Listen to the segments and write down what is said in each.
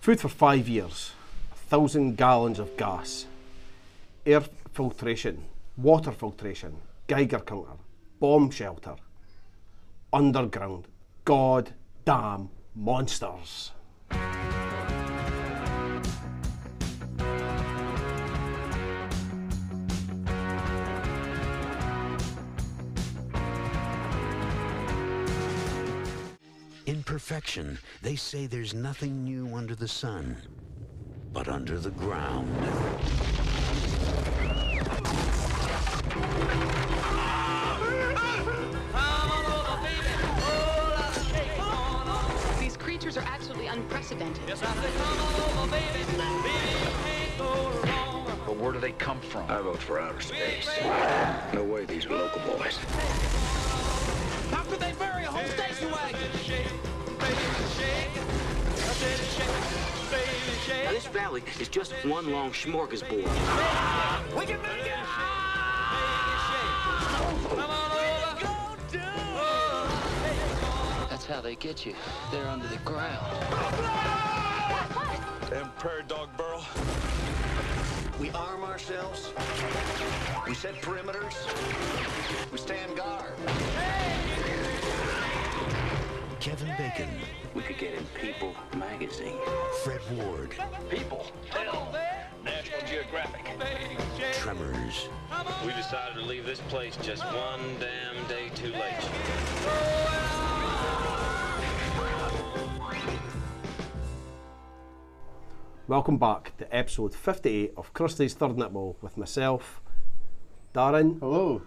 Food for five years, a thousand gallons of gas, air filtration, water filtration, Geiger counter, bomb shelter, underground, god damn monsters. In perfection, they say there's nothing new under the sun, but under the ground. These creatures are absolutely unprecedented. But where do they come from? I vote for outer space. No way these are local boys. How could they bury a whole station wagon? Now, this valley is just one long smorgasbord. We can make it! That's how they get you. They're under the ground. Damn prairie dog burl. We arm ourselves. We set perimeters. We stand guard. Kevin Bacon, We could get in People magazine. Fred Ward, People. Hell. National Geographic. Tremors, We decided to leave this place just one damn day too late. Welcome back to episode 58 of Krusty's Third Nipple with myself, Darren. Hello.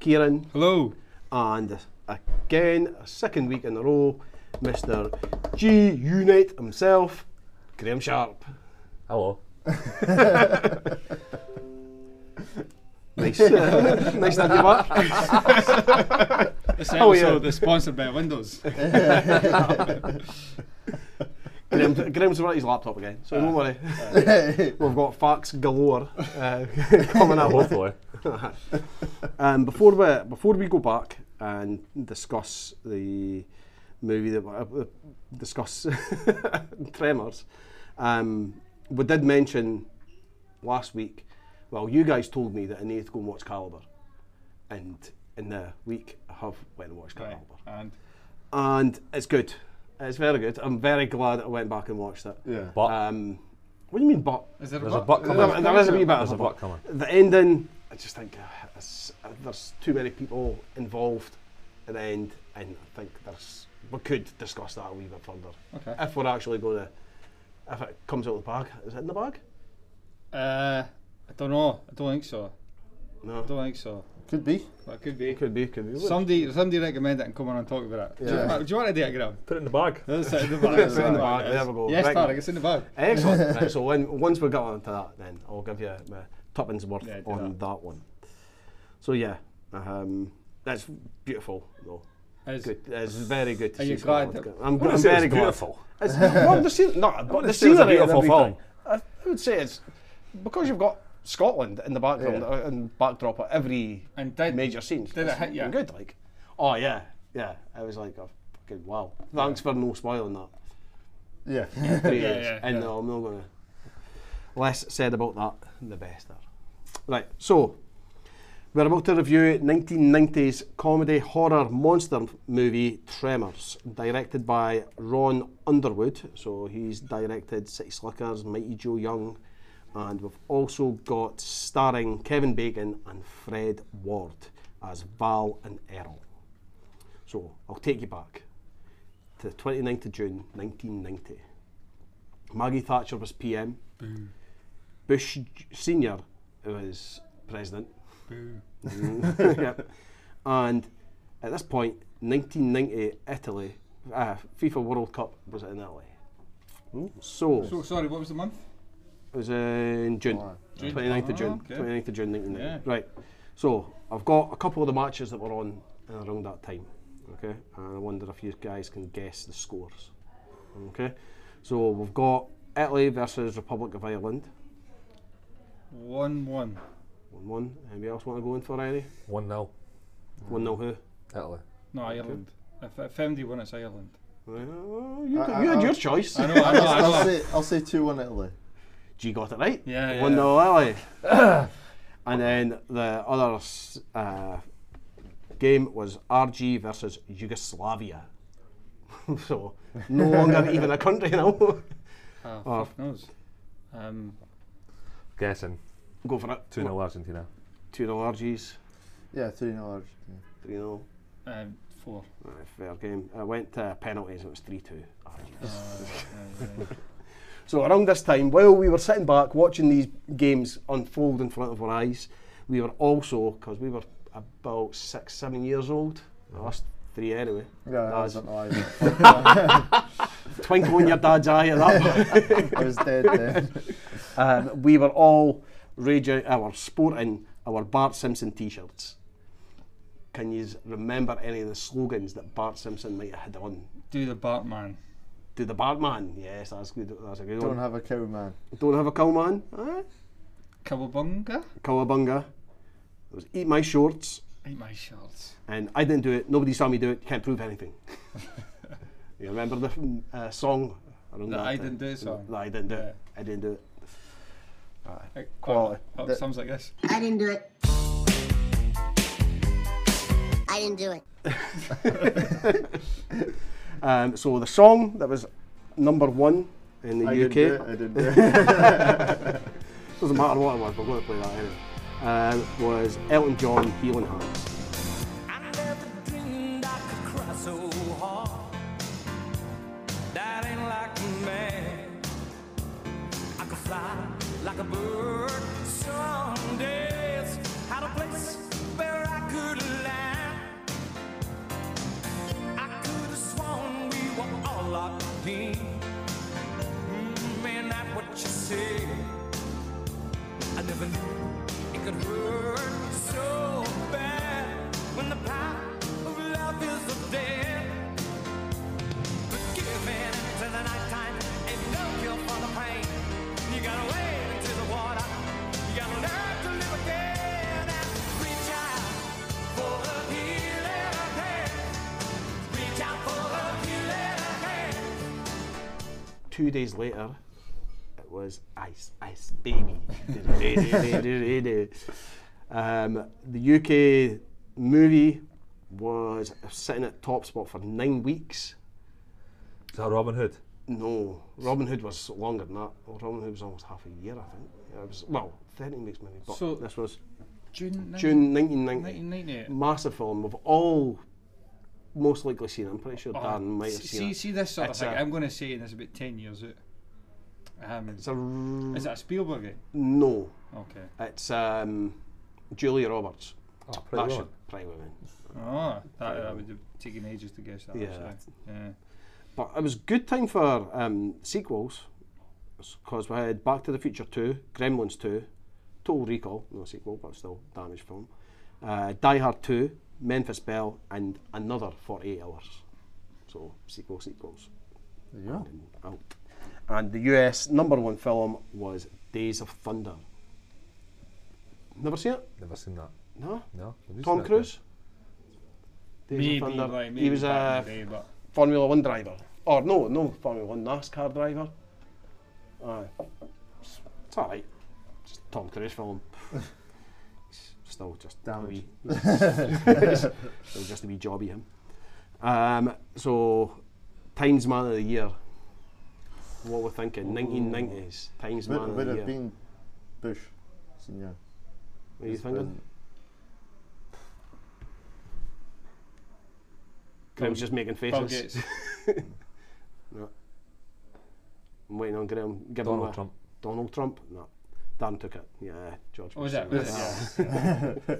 Kieran. Hello. And again, a second week in a row, Mr. G Unit himself, Graham Sharp. Hello. Nice. nice to have you back. This Oh, yeah. episode is sponsored by Windows. Graham's, Graham's over at his laptop again, so don't worry. We've got facts galore uh, coming up. Hopefully. Um, before we before we go back and discuss the movie that we- uh, discuss Tremors, um, we did mention last week. Well, you guys told me that I needed to go and watch Caliber, and in the week I have went and watched Right, Caliber, and and it's good. It's very good. I'm very glad I went back and watched it. Yeah. But Um, what do you mean, but? is there there's a a buck buck? coming. There- there is a wee bit There's of a a buck bu- coming. The ending, I just think uh, it's, uh, there's too many people involved at the end, and I think there's we could discuss that a wee bit further. Okay. If we're actually going to, if it comes out of the bag, is it in the bag? Uh, I don't know. I don't think so. No. I don't think so. Could be. But it could be. Could be, could be. Somebody, somebody recommend it and come on and talk about it. Yeah. Do, you, do you want to do it, Graham? Put it in the bag. It's in the bag. It's in the bag, there we go. Yes, Right. Tarek, it's in the bag. Excellent. right, so when, once we get onto that, then I'll give you my tuppence worth Yeah, do on that. that. one. So yeah, um, that's beautiful though. It's- Good. It's very good to Are see. you Scotland. glad that- I'm, wouldn't I'm say it's very glad. beautiful. It's, well, the scenery, no, but wouldn't the say it's a scenery and beautiful everything. film. I, I would say it's because you've got Scotland in the background Yeah. uh, and backdrop of every And did- major scene. did it It's hit you? Good, like, oh yeah, yeah. I was like, oh, fucking wow. Thanks for no spoiling that Yeah. three Yeah, years. yeah, and yeah. no, I'm not gonna. Less said about that, the better. Right, so we're about to review 1990s comedy horror monster movie Tremors, directed by Ron Underwood. So he's directed City Slickers, Mighty Joe Young, and we've also got starring Kevin Bacon and Fred Ward as Val and Errol. So I'll take you back to the 29th of June 1990. Maggie Thatcher was PM. Bush J- Senior was president. Mm. Yep. And at this point, 1990 Italy, uh, FIFA World Cup was in Italy. So, So, sorry, what was the month? it was uh, in June, June. 29th of Ah, June, okay. 29th of June 1990. Yeah. Right. So I've got a couple of the matches that were on around that time. Okay. And I wonder if you guys can guess the scores. Okay. So we've got Italy versus Republic of Ireland. One one. One one. Anybody else want to go in for any? 1 0. One nil who? Italy. No, Ireland. If, if MD won, it's Ireland. Well, you, I- you had I- your choice. I know, I know, I know. I'll say I'll say two one Italy. G got it right. Yeah, One yeah. nil Italy. and then the other s- uh, game was RG versus Yugoslavia. so no longer even a country now. Ah, Oh. fuck knows. Um, Guessing. Go for it. 2 0 Argentina. Two nil RGs. Yeah, three 0 Argentina. Three nil. um, four. Aye, Fair game. I went to penalties. It was three two. So around this time, while we were sitting back watching these games unfold in front of our eyes, we were also because we were about six, seven years old. Us three anyway. Yeah, I That's don't know either. twinkle in your dad's eye at that. point. I was dead then. um, we were all raging our sporting our Bart Simpson t-shirts. Can you remember any of the slogans that Bart Simpson might have had on? Do the Batman. Do the Bartman? Yes, that's good. That's a good Don't one. have a cow, man. Don't have a cow man. Aye. Cowabunga? Cowabunga. It was eat my shorts. Eat my shorts. And I didn't do it. Nobody saw me do it. Can't prove anything. you remember the mm, uh, song? around The I time? Didn't Do It song? No, I didn't do Yeah. it. I didn't do it. Uh, Quality. Oh, That- sounds like this. I didn't do it. I didn't do it. Um, so the song that was number one in the I UK. didn't do it. I didn't do it. Doesn't matter what it was. We're going to play that anyway. Uh, was Elton John Healing Hands. Mm, Two days later, it was Ice Ice Baby. um, the UK movie was sitting at top spot for nine weeks. Is that Robin Hood? No, Robin Hood was longer than that. Well, Robin Hood was almost half a year, I think. Yeah, It was well, thirteen weeks maybe. But So- this was June, June 1990. 1998. Massive film. We've all most likely seen. it. I'm pretty sure Dan might have seen Oh, See, it. see this sort It's of thing. a- i I'm going to say this is about 10 years out. Um, It's a r- is it a Spielberg game? no. Okay. It's um, Julia Roberts. Oh, That pretty should Pretty Woman. Oh, that, that would have taken ages to guess that. Yeah. actually. yeah. But it was good time for um, sequels because we had Back to the Future 2, Gremlins 2, Total Recall, no sequel, but still damaged film, uh, Die Hard 2, Memphis Belle, and another 48 Hours. So, sequel, sequels. There you go. and out. And the US number one film was Days of Thunder. Never seen it? Never seen that. No? No. Have you Tom seen that, Chris? Cruise? Days Maybe, of Thunder. like, maybe he was uh, back a in the day, but Formula One driver. Or no, no Formula One NASCAR driver. Aye. It's- It's alright. Just Tom Cruise film. He's Still just Damaged. a wee- Still just a wee jobby him. Um, so Times Man of the Year. What we're thinking, nineteen nineties, Times Man Would, of would the have Year. been Bush, senior. what are you as thinking? president. Graham's just making Bill faces. Gates. I'm waiting on Graham. Give him Donald a- Trump. Donald Trump? No. Dan took it. Yeah, George. Oh, was it? Bush. Was it? Yeah.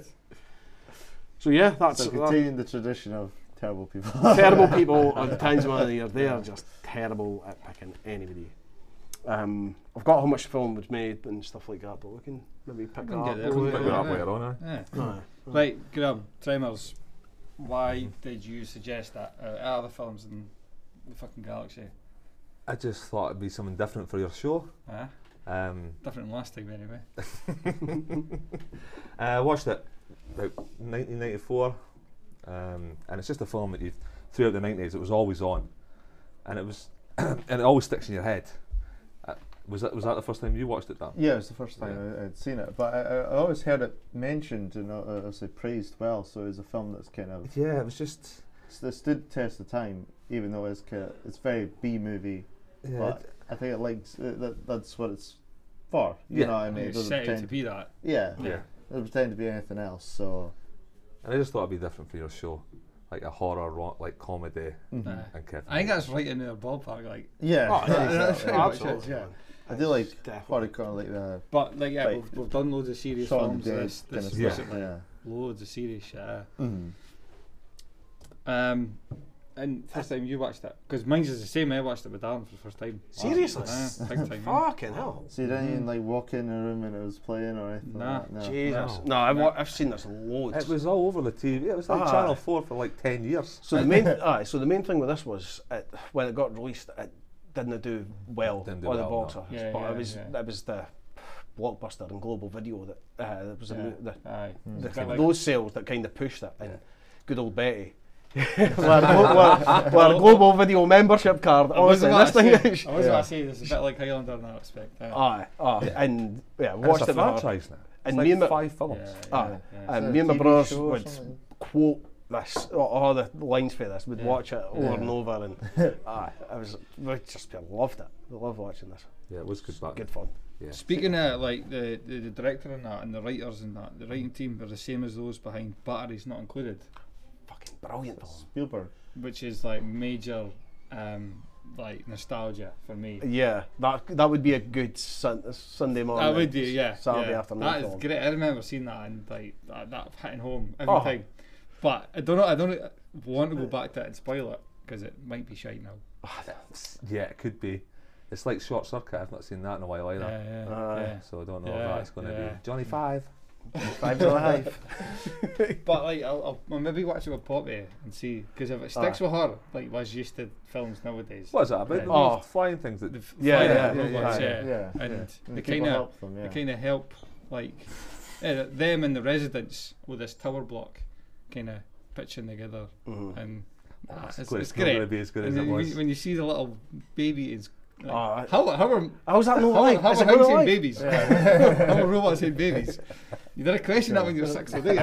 So yeah, that's So that, continuing the tradition of terrible people. terrible people on Times Man of the Year. They are just terrible at picking anybody. Um, I've got how much film was made and stuff like that, but we can maybe pick that can get up. there. a little We can Pick bit. that up Yeah. later on, eh? Yeah. Aye. Right, Graham, Tremors. Mm-hmm. Why did you suggest that out of all the films in the fucking galaxy? I just thought it'd be something different for your show. Huh? Um, Different than last time, anyway. I watched it about 1994, um, and it's just a film that you throughout the 90s it was always on, and it was, and it always sticks in your head. Uh, was that was that the first time you watched it, Dan? Yeah, it was the first time I, I'd seen it, but I, I I always heard it mentioned and uh, uh, obviously praised well. So it's a film that's kind of yeah, it was just it's, it stood the test of time, even though it's kind of, it's very B movie. Yeah, but I think it likes uh, that, that's what it's for. You Yeah. know, what I mean, You it doesn't set it to pretend be that. Yeah, Yeah. It doesn't pretend to be anything else. So And I just thought it'd be different for your show, like a horror, ro- like comedy, Mm-hmm. Aye. and Kevin. I think that's right in their ballpark. Like, yeah, Oh, yeah, exactly. that's Yeah. absolutely. Yeah, I do like definitely- what I call like the but like, yeah, Like, we've, we've done loads of serious Shaun of films. the Dead This, kind this of Yeah. stuff. Yeah, loads of serious shit. aye. Mm-hmm. Mhm. Um, and first time you watched it, because mine's is the same. I watched it with Dan for the first time. Seriously? Aye, big time. aye. Fucking hell. So you didn't even like walk in the room and it was playing or anything. Nah. Like that? No. Jesus. No, I've, wa- I've seen this loads. It was all over the TV. It was like Ah. Channel Four for like ten years. so the main, aye, so the main thing with this was it, when it got released, it didn't do well Didn't do on the well, no. box office, Yeah, but yeah, it was yeah. it was the blockbuster and global video that uh, that was the, mo- the, Aye. the It's a bit like- those sales that kind of pushed it. And good old Betty. with our glo- with our- with our global video membership card. I wasn't Honestly, gonna this thing. say- is- I was gonna say this is a bit like Highlander in that respect. aye. Aye, aye, and yeah, And it's watched a it. with her. franchise now. It's And like me and my- five Yeah, films. yeah, Aye. yeah. Ah, And that me and my TV brothers show or would something? quote this, or all the lines for this, would Yeah. watch it over Yeah. and over, and aye, I was we just I loved it. I love watching this. Yeah, it was good back. Good fun. Yeah. Speaking of like the, the, the director and that and the writers and that, the writing team are the same as those behind Batteries Not Included, Fucking brilliant film. Spielberg. which is like major um, like nostalgia for me. Yeah, that that would be a good sun, Sunday morning. I would do, yeah. Saturday yeah. afternoon. That is film. great. I remember seeing that and like that, that hitting home every Oh. time. But I don't know. I don't want to go back to it and spoil it because it might be shite now. Yeah, it could be. It's like Short Circuit. I've not seen that in a while Uh, either. Yeah, yeah, Aye. So I don't know Yeah, if that's going to yeah. be Johnny Five. Five and a half. yeah. But like, I'll, I'll, I'll maybe watch it with Poppy and see because if it sticks with her, like was used to films nowadays. What is that about? Yeah. The Oh. flying things that the f- Yeah, fire yeah, robots, yeah, yeah, yeah, uh, and And they people kind of help them, they yeah. kind of help like yeah, them and the residents with this tower block kind of pitching together and ah, it's it's, good, it's it's not great gonna be as good as And it then when- was. when you see the little baby is like, Ah, I- how how are How's that not how, right? are- how Is are it not houses and right? babies? how are robots and babies? You did a question that when you were six or eight.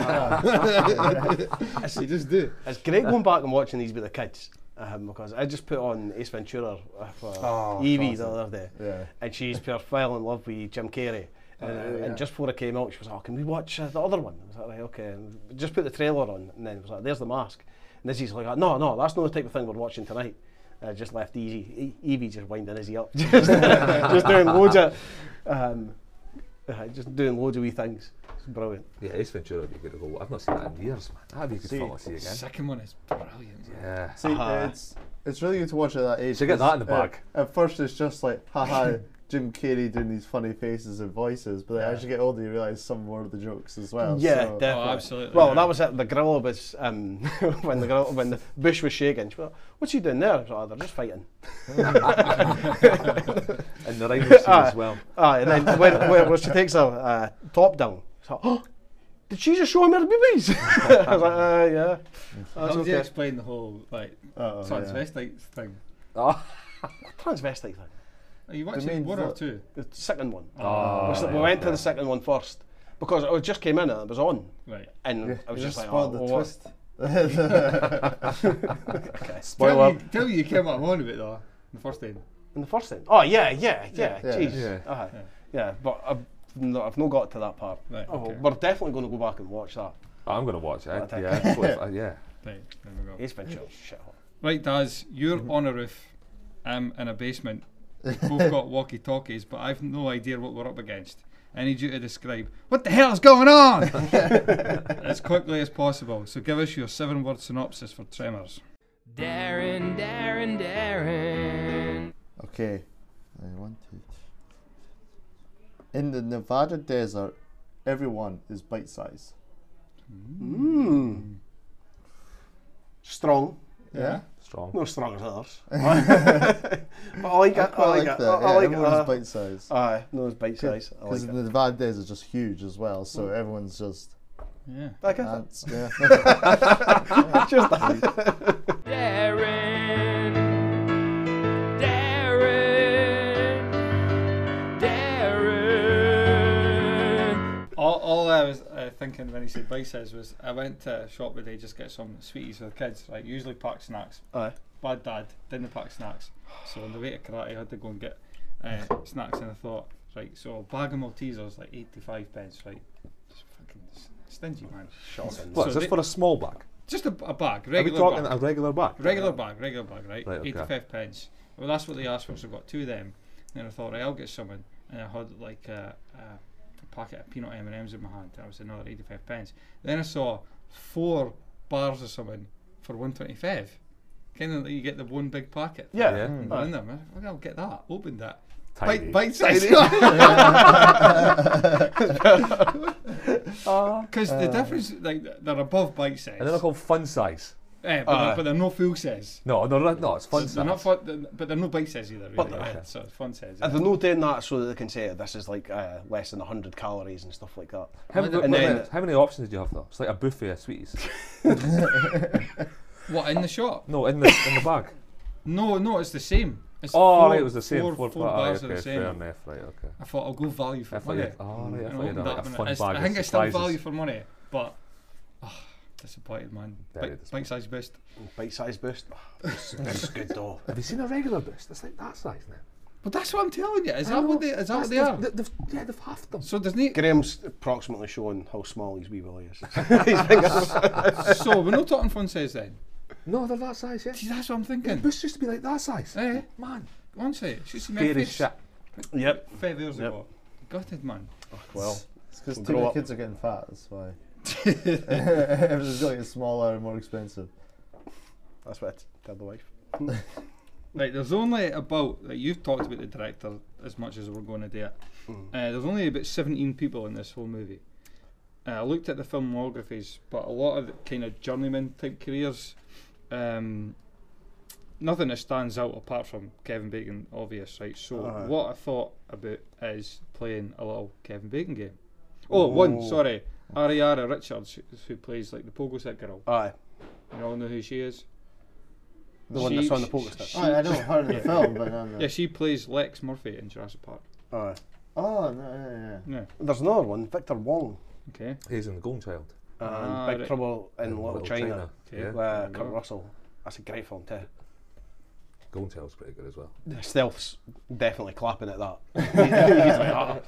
you just do. It's great going back and watching these with the kids um, because I just put on Ace Ventura uh, for Evie the other day, Yeah. and she's pure fell in love with Jim Carrey. And, and just before I came out, she was like, "Can we watch uh, the other one?" I was like, right, "Okay." And we just put the trailer on, and then it was like, "There's the mask." And Izzy's like, "No, no, that's not the type of thing we're watching tonight." And I just left E Easy Evie just winding Izzy up, just, just doing loads of, um, uh, just doing loads of wee things. It's brilliant. Yeah, Ace Ventura would be good to go. I've not seen that in years, man. That'd be a good See- film to see The again. second one is brilliant. man. Yeah. See, it's it's really good to watch at that age. So get 'cause, that in the uh, bag. at first, it's just like, haha, Jim Carrey doing these funny faces and voices, but then as you get older, you realise some more of the jokes as well. Yeah, so- definitely. Oh, absolutely, Well, yeah. that was it. The gorilla was um, when the gorilla, when the bush was shaking. She went, "What's he doing there?" I was like, "Oh, they're just fighting." And the rhinos scene Aye. as well. Ah, and then when, when, when she takes her uh, top down, it's like, "Oh, did she just show him her boobies?" I was like, uh, "Yeah." How That's do you okay. explain the whole like Oh, yeah. transvestite thing? Oh, Transvestite thing. Are you watching main one or vo- two? The second one. Oh, we s- we went to the second one first because it just came in and it was on, Right. and I was You just, just like, spoiled "Oh, the well, what- twist. yeah, Tell me, tell me you came up on a bit though. The first time. In the first thing? Oh yeah, yeah, yeah. Yeah. Jeez. Yeah. Yeah. yeah. But I've not, I've not got to that part. Right, Oh, okay. We're definitely going to go back and watch that. I'm going to watch it. think- Yeah, I'd flip- uh, yeah. Right, there we go. Ace Ventura. Shit. Right, Daz, you're on a roof. I'm in a basement. We've both got walkie talkies, but I've no idea what we're up against. I need you to describe what the hell is going on as quickly as possible. So give us your seven word synopsis for Tremors. Darren, Darren, Darren. Okay. I want to. In the Nevada desert, everyone is bite sized. Strong. Yeah. Strong. No as strong as others. but I like it. I I like like it. that. I yeah, like it. everyone is Uh, bite sized. Aye, no, it's bite size. I like Because it. the Nevada desert is just huge as well, so everyone's just. Yeah. I get it. Ants, yeah. Just that. Darren. uh, thinking when he said biceps was I went to a shop today just get some sweeties for the kids, right? Usually pack snacks. Aye. Bad dad didn't pack snacks. So on the way to karate I had to go and get uh, snacks and I thought, right, so a bag of Maltesers like eighty five pence, right? Just fucking s- stingy man. What, is this they- for a small bag? Just a, a bag, Are we regular talking bag. a regular bag? Regular bag, regular bag, right? Um, Right, okay. 85 pence. Well, that's what they asked for, so I got two of them. And then I thought, right, I'll get someone. And I had like a, a packet of peanut M&Ms in my hand. That was another 85 pence. Then I saw four bars of something for 125. Kind of like you get the one big packet. Yeah. Yeah. And Mm. go in there, man. I'll get that. Open that. Tiny. Bite, bite size. Tiny. Because the Uh. difference, like, they're above bite size. And then Uh. I call fun size. Eh, but, they're, but they're no full size. No, they're not- no, it's fun They're not size. fun, they're- but they're no bite size either. Really. But- eh, so it's fun size. And they're not doing that so that they can say this is like uh, less than 100 calories and stuff like that. How, many- and wait a then minute, how many options did you have though? It's like a buffet of sweeties. What in the shop? No, in the in the bag. No, no, it's the same. It's Oh, four- right, it was the same, Four, four four pa- bars aye, are the okay, same. fair enough, right, okay. I thought I'll go value for I thought you money. had- oh, right, I And thought you had, opened like, that a and fun I s- bag I of think it's still surprises. value for money, but oh, disappointed, man. Very Bite, bite size best. Bite size best. This is good though. Have you seen a regular boost? It's like that size now. But that's what I'm telling you. Is I that know, what they? Is that what they that's- are? they- they've- yeah, they've halved them. So there's need. Graham's approximately showing how small his wee willy is. His fingers. so we're not talking fun size then. No, they're that size, yeah. that's what I'm thinking. Boost used to be like that size. Eh? Man. One size. She's Scary shit. Yep. Five years Yep. ago. Gutted, man. Well, It's because we'll too grow many up. kids are getting fat, that's why. Everything's getting smaller and more expensive. That's what I tell the wife. Right, there's only about like you've talked about the director as much as we're going to do it. Mm. Uh, there's only about 17 people in this whole movie. Uh, I looked at the filmographies, but a lot of the kind of journeyman type careers. Um, nothing that stands out apart from Kevin Bacon, obvious, right? So Aye. what I thought about is playing a little Kevin Bacon game. Oh, one, Ooh. sorry, Ariana Richards, who- who plays like the pogo stick girl. Aye. You all know who she is. The one She- that's on the she- poker stick. she- Aye, Oh, I know her in the film, but no, no. Yeah, she plays Lex Murphy in Jurassic Park. Aye. Oh, no, yeah, yeah. No. There's another one, Victor Wong, Okay. He's in the Golden Child. and Ah, Big right. Trouble in Little, Little China, China, Okay. yeah. with uh, There we Kurt go. Russell. That's a great film too. Golden Child's pretty good as well. Stealth's definitely clapping at that. He's like, "Ah,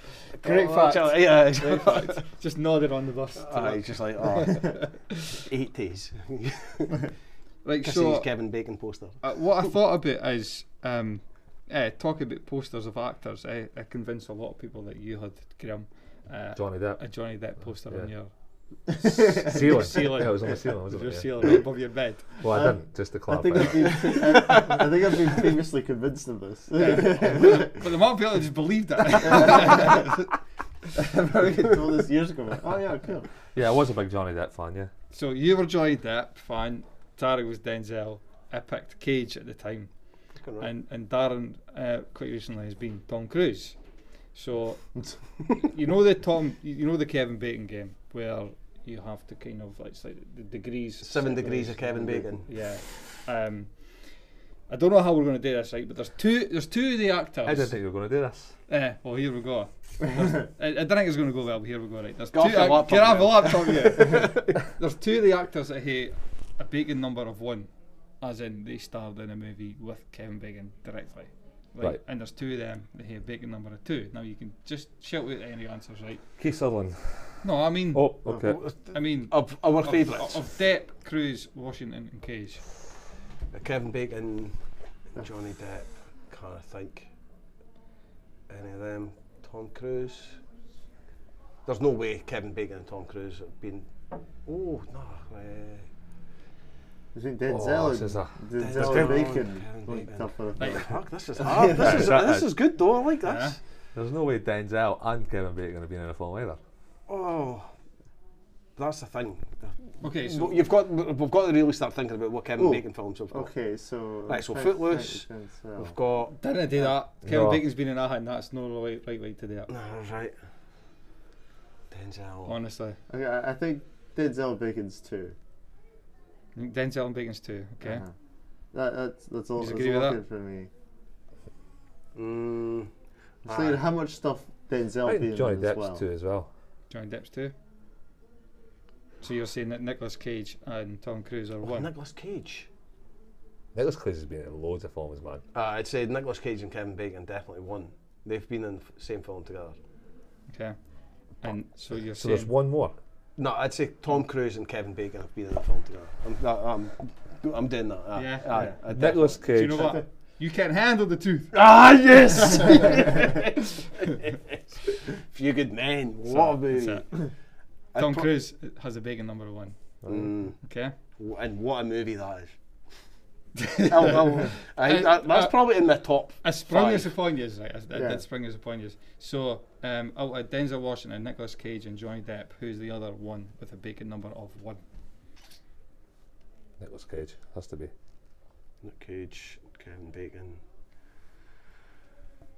Great Kurt fact. Russell," Yeah, he's- In fact, just nodded on the bus. to aye, that. Ah, he's just like, oh, 80s. Like Because he's so, Kevin Bacon poster. uh, what I thought about is um, eh, talk about posters of actors. Eh, I convinced a lot of people that you had Graham, uh, Johnny Depp. a Johnny Depp poster on Yeah. your Ceiling. ceiling. Yeah, it was on the ceiling, wasn't your it? Yeah. ceiling right above your bed. Well, I didn't, just to I clarify. think, I've been, I, I think I've been previously convinced of this. but the amount of people that just believed it. I've already told this years ago. Oh, yeah, cool. yeah, I was a big Johnny Depp fan, yeah. so you were Johnny Depp fan. Tarek was Denzel. I picked Cage at the time. and and Darren uh, quite recently has been Tom Cruise. So you know the Tom, you know the Kevin Bacon game where you have to kind of it's like the degrees. Seven separate. degrees of Kevin Bacon. Yeah. Um, I don't know how we're going to do this, right? But there's two, there's two of the actors. I didn't think you were going to do this. Eh, well, here we go. There's- I, I don't think it's going to go well, but here we go, right? There's Go off two your act- laptop, Get off the man. laptop, yeah. There's two of the actors that hate a Bacon number of one, as in they starred in a movie with Kevin Bacon directly. Right. Right. And there's two of them that hate Bacon number of two. Now you can just shout out any answers, right? Keith Sutherland. No, I mean, Oh, okay. I mean, Of our of, favourites. of Depp, Cruise, Washington, and Cage. Kevin Bacon, Johnny Depp, can't think any of them. Tom Cruise. There's no way Kevin Bacon and Tom Cruise have been. Oh no. Uh, Between Oh, Denzel this is a- and Denzel Denzel and and Bacon. Kevin Really Bacon. tough one. Right. fuck, this is hard. this, is, That this is- is good though. I like this. Yeah. There's no way Denzel and Kevin Bacon have been in a film either. Oh, that's the thing. Okay, so Well, You've got. We've got to really start thinking about what Kevin Oh, Bacon films have got. Okay, so. Right, so thank- Footloose, thank you, Denzel. We've got. didn't I do that? Kevin No. Bacon's been in that, and that's no right, right way to do it. No, right. Denzel. Honestly, Okay, I I think Denzel Bacon's two. Denzel and Bacon's too. Okay. Uh-huh. That, that's that's all. That's Disagree with all that? good for me. Mm, I'm thinking how much stuff Denzel I being think Johnny in as Depp's well. too as well. Johnny Depp's too. So you're saying that Nicolas Cage and Tom Cruise are Oh, one? Nicolas Cage. Nicholas Cage has been in loads of films, man. Uh, I'd say Nicolas Cage and Kevin Bacon definitely won. They've been in the f- same film together. Okay. And so you're Oh, So saying there's one more. No, I'd say Tom Cruise and Kevin Bacon have been in a film together. I'm, no, I'm, I'm doing that. aye, Yeah. aye, Yeah. I definitely- Nicholas Cage. Do you know what? You can't handle the tooth. Ah, yes! Few good men. What a That's movie. it. Tom pro- Cruise has a big number one. Okay. W- And what a movie that is. Oh, I'll- I'll- uh, I- that- that's probably in the top. I sprung five. this upon you, right? I, I Yeah. did spring this upon you. So, um, oh, uh, Denzel Washington, Nicolas Cage, and Johnny Depp. Who's the other one with a bacon number of one? Nicholas Cage has to be. Nick Cage, Kevin Bacon,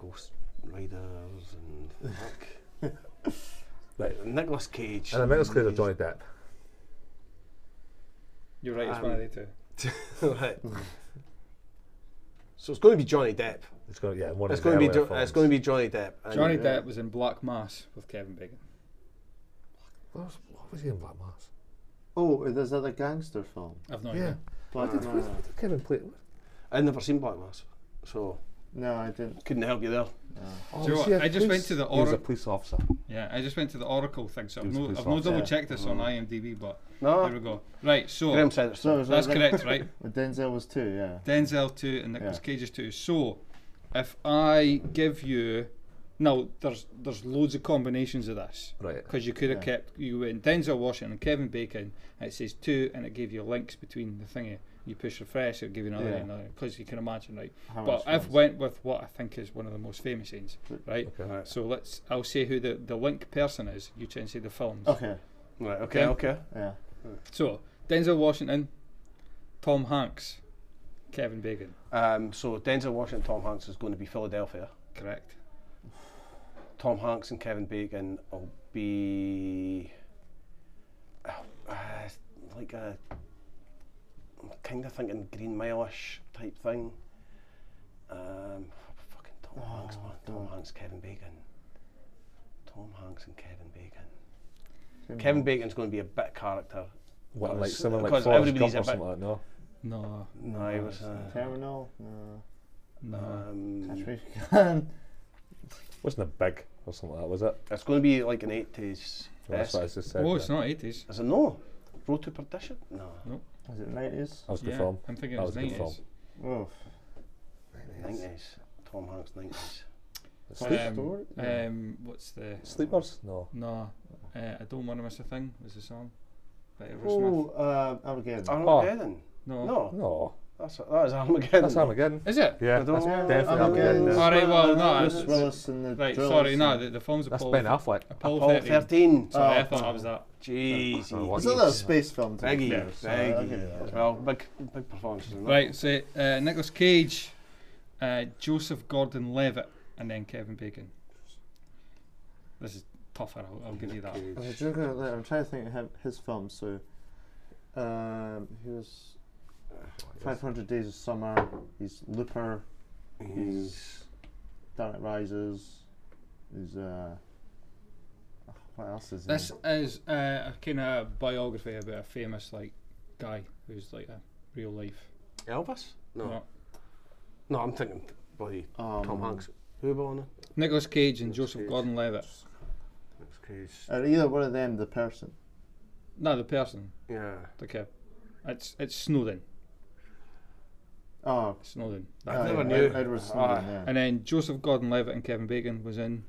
Ghost Riders, and fuck. Right. Nicolas Cage. And a Nicholas Cage or Johnny Depp. You're right. It's Um, one of the two. right. So it's going to be Johnny Depp. It's going. Yeah, one It's of going to be earlier jo- it's films. going to be Johnny Depp. and- uh, Johnny Depp was in Black Mass with Kevin Bacon. What was, what was he in Black Mass? Oh, and there's other gangster film. I've no Yeah. idea. Black What did, what, Mass. what did Kevin play? I've never seen Black Mass, so No, I didn't. couldn't help you there. Oh, you know was what? he a I just went police- to the He was a Oro- police officer. Yeah, I just went to the Oracle thing, so I've was a no, police I've no officer. double checked this on IMDb, but No. here we go. Right, so Graham said it's So is that's Oh. that correct, right? With Denzel was two, yeah. Denzel two and Nicolas Yeah. Cage is two. So, if I give you, now there's there's loads of combinations of this. Right. Because you could have kept you went Denzel Washington and Kevin Bacon. And it says two, and it gave you links between the thingy. You push refresh, it'll give you another Yeah. another. Because you can imagine, right? How but much I've was- went with what I think is one of the most famous scenes, right? Okay. Right. So let's. I'll say who the the link person is. You try and say the films. Okay, Right. Okay. Okay. yeah. So Denzel Washington, Tom Hanks, Kevin Bacon. Um, so Denzel Washington, Tom Hanks is going to be Philadelphia. Correct. Tom Hanks and Kevin Bacon will be uh, like a I'm kind of thinking Green Mile-ish type thing. Um, fucking Tom Hanks, man. Tom Hanks, Kevin Bacon. Tom Hanks and Kevin Bacon. Kevin Bacon's going to be a bit character. What, Because- like something like because Forrest everybody's Gump a or bit- something like that. No. No. No, he was. Uh, Terminal? No. No. um, Trash Can. Wasn't a big or something like that, was it? it's going to be like an 80s. That's what I just said. oh, yeah. it's not eighties. Is it no? Road to Perdition? No. Was it 90s? That was a good Yeah, film. I'm thinking it that was a good film. 90s. Oh, 90s. Tom Hanks 90s. Sleep, Stewart? um, what's the Sleepers? No. no? Uh, I don't want to miss a thing. Was the song? By Aerosmith. oh uh, Armageddon. Armageddon? No. No. No. That's, that is Armageddon. That's Armageddon. Is it? Yeah. I don't That's know. definitely Armageddon. Armageddon. All right. Well, no. Bruce it's- Willis and the Right. Drills Sorry. No. and- The, the film's That's Apollo. Ben Affleck. Apollo Apollo 13. 13. Sorry, I Oh. thought I was that. Jeez. Oh, what It's another space film. to be Biggie. fair, so I'll give you Biggie. that. As well, big, big performances. in that. Right. So uh, Nicholas Cage, uh, Joseph Gordon-Levitt, and then Kevin Bacon. This is tougher. I'll, I'll give you that. Okay, do you know, like, I'm trying to think of him- his films. So, um, he was 500 Days of Summer. He's Looper. He's Dark Rises. He's uh, what else is he This in? is uh, a kind of biography about a famous like guy who's like a real life. Elvis? No. No. No, I'm thinking bloody Tom Um, Hanks. Who am I on it? Nicholas Cage and Joseph Cage. Gordon-Levitt. Nicolas Cage. Or Uh, either one of them, the person. No, the person, Yeah. the kid. It's it's Snowden. Oh, Snowden. uh, never Ed- knew. Edward Snowden. Ah. yeah. And then Joseph Gordon-Levitt and Kevin Bacon was in.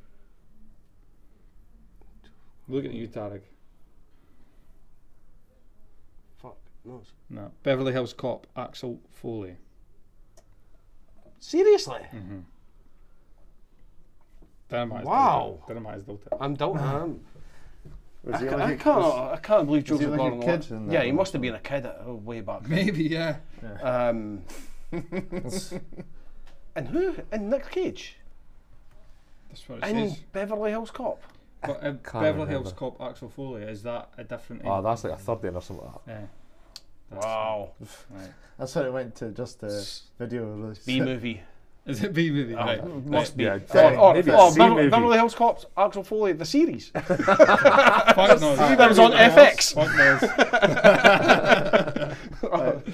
Look at you, Tarek. Fuck. No. it's- No, Beverly Hills Cop, Axel Foley. Seriously? Dynamite. Wow. Dynamite is built up. I'm doubting him. Was I, he ca- like I a- can't, was- I can't believe was he Joseph like a Gordon-Levitt. kid in that Yeah, he one? must have been a kid at, oh, way back. Maybe yeah. Um, and who? And Nick Cage? That's what it In says. Beverly Hills Cop? But uh, can't Beverly Hills remember. Cop, Axel Foley. Is that a different? Oh, that's like a third in or something like that. Yeah. Wow. Right. That's when it went to just the video release. B movie. Is it B movie? right. Must right. be. Or, Oh, or, or Oh, Beverly, Beverly Hills Cops, Axel Foley, the series. Fuck knows. That was on Fuck FX. knows.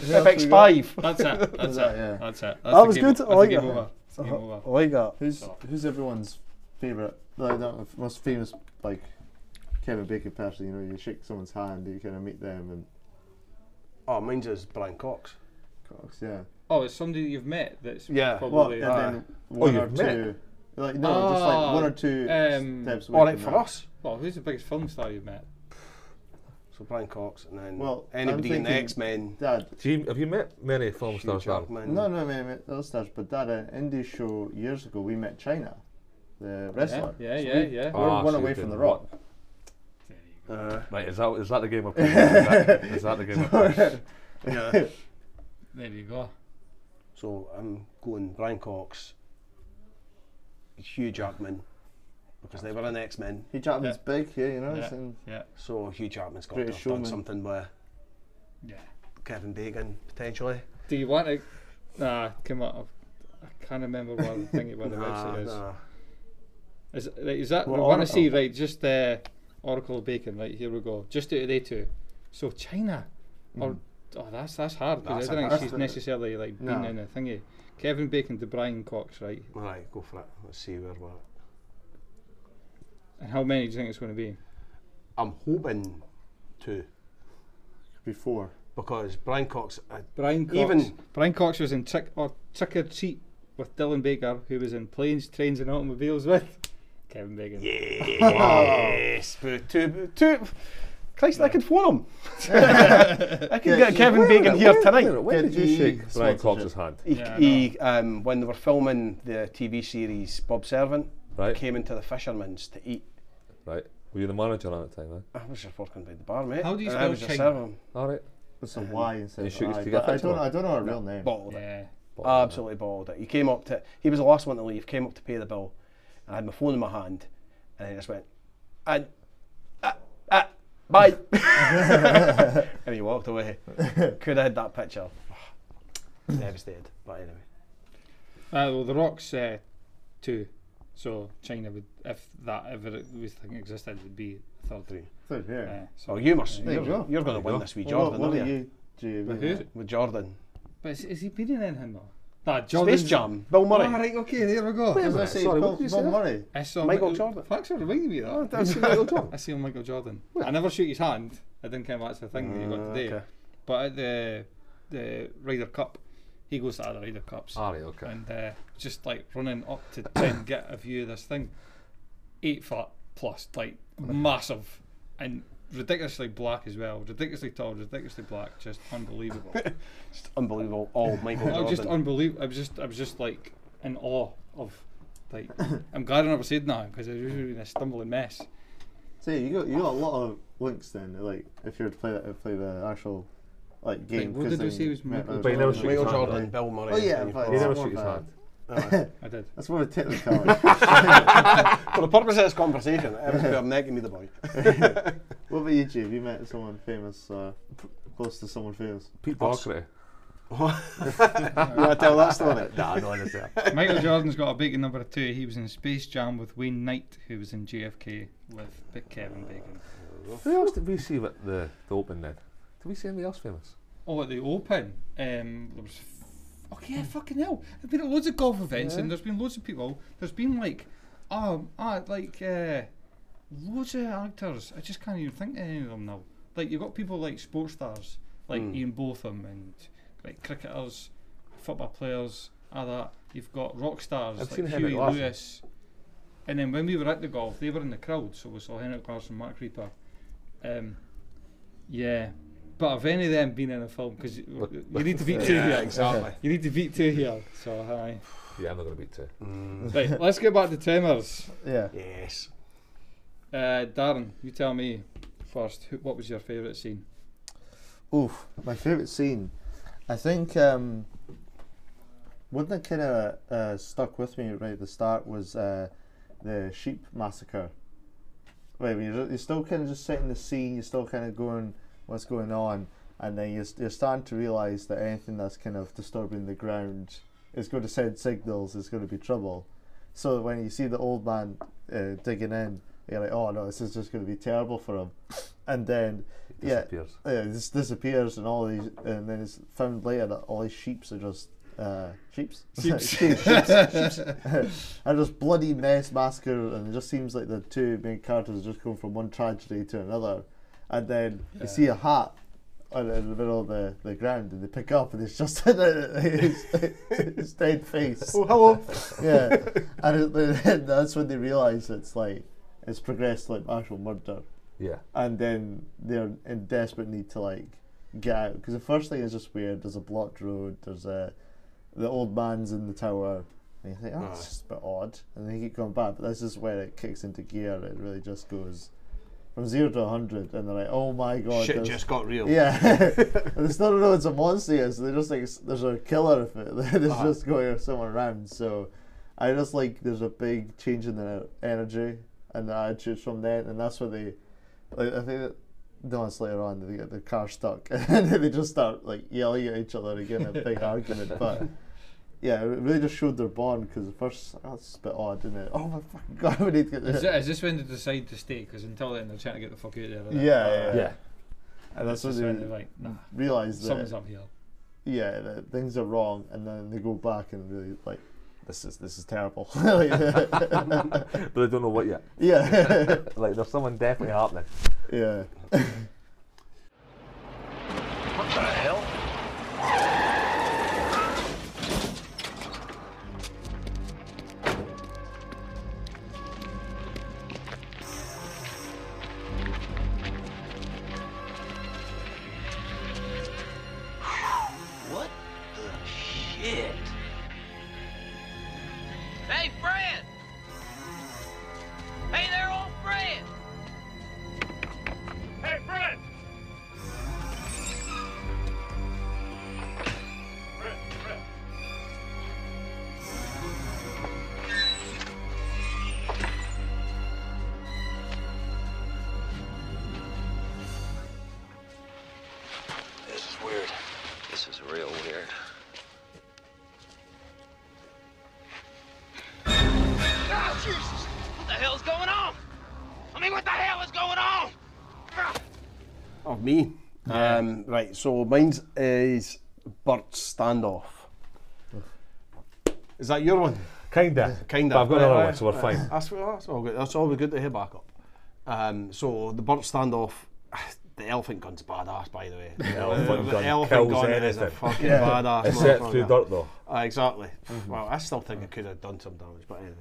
FX5. That's it. That's it. yeah. That's it. That That's the was game good. o- I that's like the game that. over. It's game uh, over. I like that. Uh-huh. Who's who's everyone's favourite? Like the most famous like Kevin Bacon person. You know, you shake someone's hand, you kind of meet them, and Oh, mine's is Brian Cox. Cox, yeah. Oh, it's somebody you've met that's Yeah. Well, probably. and then one or Oh, you've met. two. Like no, just like one or two Ah, um, steps. away All right from Oh, for that. us. Well, Oh, who's the biggest film star you've met? So Brian Cox and then Well, I'm anybody in the thinking- X Men. Dad, Do you, have you met many film stars, Dan? Mm. no, no, mate, mate, those stars. But Dad, at an indie show years ago, we met China, the wrestler. Yeah, So yeah, we- yeah. We're Ah, one so away you from did the Rock. Right, is that, is that the game of is that, is that the game of Yeah. There you go. so I'm going Brian Cox, Hugh Jackman, because they were in X Men. Hugh Jackman's big here, you know. Yeah. he's in- Yeah. So Hugh Jackman's got to British have done showman. something with Yeah. Kevin Bacon potentially. Do you want to? Nah, come on. I can't remember what the thing where the Nah, website is. nah. Is, is that Well, I want to Oracle. see right? Just uh, Oracle Bacon. Right here we go. Just out of they two. So China, or oh, that's that's hard because That's I don't a- think that's she's the- necessarily like been No. in a thingy. Kevin Bacon to Brian Cox, right? All right, go for it. Let's see where we're. At. And how many do you think it's going to be? I'm hoping to Before. because Brian Cox. uh, I, Brian Cox. Even- Brian Cox was in Trick or Trick or Treat with Dylan Baker, who was in Planes, Trains, and Automobiles with Kevin Bacon. yes, but two, two. Christ, I could phone him. I could get Kevin Bacon here tonight. When did you he- shake Brian sponsorship? Cox's hand? He, Yeah, I he um, when they were filming the TV series Bob Servant, Right. came into the Fisherman's to eat. Right. Were you the manager at the time, then? I was just working by the bar, mate. How do you and I spell was just China? serving him. All right. It's a Y instead you of shoot an us I. together But I don't, tomorrow. I don't know her real name. Bottled it. Yeah. Absolutely bottled it. He came up to. He was the last one to leave. Came up to pay the bill. I had my phone in my hand, and I just went, and ah, ah, bye. and he walked away. Could have had that picture. Devastated. But anyway, Uh, well, The Rock's uh, two, so China would, if that ever was thing existed, would be a third three. So, yeah. Uh, so, so you must. There you You're, go. you're going to win this with Well, Jordan, what, what aren't are you? you, Jay? But who's- With Jordan. But is, is he beating in him though? Nah, Jordan's Space Jam. Bill Murray. All right, okay, there we go. As I say, Sorry, what Bob, did you Bob say? Murray. I saw Michael Mi- Jordan. Thanks for reminding me of that. I see Michael Jordan. I never shoot his hand. I didn't care that's the thing that you got today. okay. But at the the Ryder Cup, he goes to other Ryder Cups. All right. Okay. and uh, just like running up to try and get a view of this thing. Eight foot plus, like massive and ridiculously black as well. Ridiculously tall, ridiculously black, just unbelievable. Just unbelievable. All Michael I Jordan. was just unbelievable. I was just, I was just like in awe of, like, I'm glad I never said nothing because I was really in a stumbling mess. So you got you got a lot of links then. Like if you were to play that, play the actual like game. what 'cause did then I say you was met Michael Jordan? those other Michael links. Jordan, Bill Murray. Oh yeah, and but He you've never got- Oh, shoot his man. hand. I did. That's more of a technical. For the purpose of this conversation, it was about necking me the boy. what about you, Jay? Have you met someone famous? Uh, close to someone famous? Pete Doherty. You want to tell that story? Nah, no, I didn't say that. Michael Jordan's got a big number two. He was in Space Jam with Wayne Knight, who was in JFK with Big Kevin Bacon. Who else did we see at the, the open then? Did we see anybody else famous? Oh, at the Open, um, there was. Oh yeah, fucking hell! I've been at loads of golf events, and there's been loads of people. There's been like, um, ah, like uh, loads of actors. I just can't even think of any of them now. Like you've got people like sports stars, like Hmm. Ian Botham, and like cricketers, football players, all that. You've got rock stars I've seen like Henrik Huey Larsson. Lewis. And then when we were at the golf, they were in the crowd, so we saw Henrik Larsson, Mark Reaper. Um, yeah, but have any of them been in a film? Because you, you need to beat two here. exactly. You need to beat two here. So hi. Yeah, I'm not going to beat two. Right, let's get back to Tremors. Yeah. Yes. Uh, Darren, you tell me first. Who, what was your favourite scene? Oof, my favourite scene. I think um, one that kind of uh, stuck with me right at the start was uh, the sheep massacre. Right, when you're, you're still kind of just setting the scene, you're still kind of going, what's going on, and then you're, s- you're starting to realise that anything that's kind of disturbing the ground is going to send signals. It's going to be trouble. So when you see the old man uh, digging in, you're like, oh no, this is just going to be terrible for him. And then disappears. yeah, yeah, it just disappears, and all these, and then it's found later that all these sheep's are just. Uh, sheeps, Sheeps. sheeps, sheeps, sheeps. are just bloody mess massacre, and it just seems like the two main characters are just going from one tragedy to another, and then you see a hat on, in the middle of the, the ground, and they pick up, and it's just his, his dead face. Oh, hello. yeah, and it, then that's when they realise it's like it's progressed to, like actual murder, Yeah. and then they're in desperate need to like get out because the first thing is just weird. There's a blocked road. There's a the old man's in the tower. And you think, oh, that's just a bit odd. And they keep going back, but this is where it kicks into gear. It really just goes from zero to 100, and they're like, oh my god. Shit there's- just got real. yeah, and it's not know it's a monster yet, so they just like s- there's a killer of it. There's Uh-huh. just going someone around. So I just like there's a big change in the energy and the attitudes from then, and that's where they, like, I think that months later on they get the car stuck and then they just start like yelling at each other again, a big argument. But yeah, it really just showed their bond because at first oh, that's a bit odd, isn't it? Oh my fucking god, we need to get Is, thi- is this when they decide to stay? Because until then they're trying to get the fuck out of Yeah, there. aren't they? yeah, Yeah. And that's Uh, It's when just when they they're like, nah, realize that something's up here. yeah, that things are wrong, and then they go back and really like, this is this is terrible. Like, But I don't know what yet. yeah, Like, there's someone definitely happening. yeah. What the hell? What the shit? Hey, Fred! Hey there, old Fred! Hey, Fred! Fred, Fred. This is weird. This is real weird. Oh, Jesus! What the hell's going on? I mean, what the hell is going on? Of me. Um, right, so mine's is Burt Standoff. Is that your one? Kinda. Kinda. But I've got another Right, one, so we're right. fine. That's, that's all good. That's always good to hear back up. Um, so the Burt Standoff, the elephant gun's badass, by the way. The elephant gun elephant kills gun is a anything. fucking badass. Except through motherfucker. dirt, though. Uh, exactly. Well, I still think I could have done some damage, but anyway,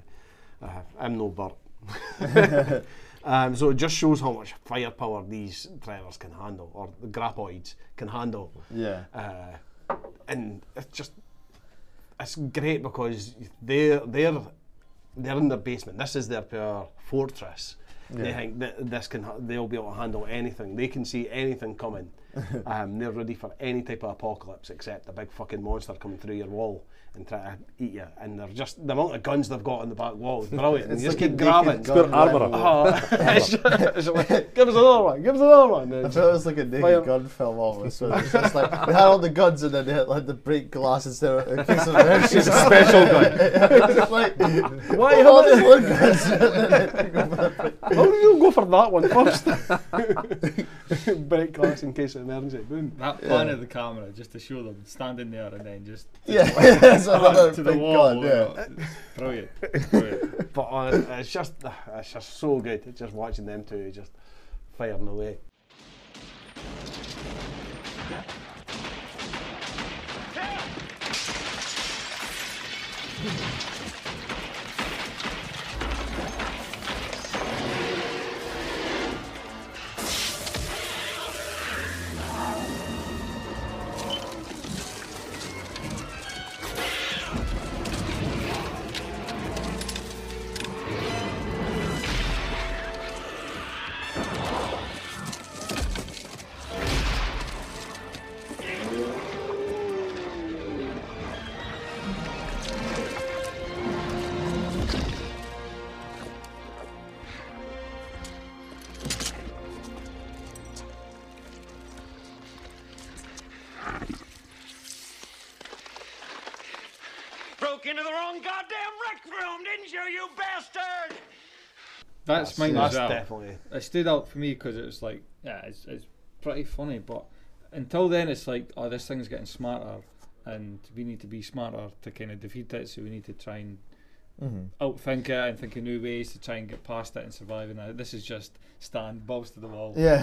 uh, I'm no Bert. um, so it just shows how much firepower these drivers can handle, or the grapoids can handle. Yeah. Uh, and it's just it's great because they're they're they're in their basement. This is their power fortress. They Yeah. think that this can ha- they'll be able to handle anything. They can see anything coming. um, they're ready for any type of apocalypse except a big fucking monster coming through your wall and try to eat you. And they're just the amount of guns they've got on the back wall is brilliant. It's you just like a keep naked grabbing. gun Spare armour. level. Oh, it's just- it's like, give us another one. Give us another one. I And felt it was like a naked Fire. gun film almost. Where it's just like they had all the guns and then they had like the break glass instead of in case of emergency. It's a special gun. It's like Why all haven't these one guns. How did you Oh, go for that one first? Break glass in case of emergency. Boom. That plan of the camera just to show them standing there and then just yeah, it's another to the big gun. wall. you Oh, Yeah. know. It's Brilliant. It's Brilliant. But on, it's just, uh, it's just so good. It's just watching them two just firing away. That's, That's- mine that's as well. definitely- It stood out for me because it was like, yeah, it's, it's pretty funny, but until then, it's like, oh, this thing's getting smarter, and we need to be smarter to kind of defeat it. So we need to try and Mhm. outthink it and think of new ways to try and get past it and survive. And uh, this is just stand balls to the wall. Yeah.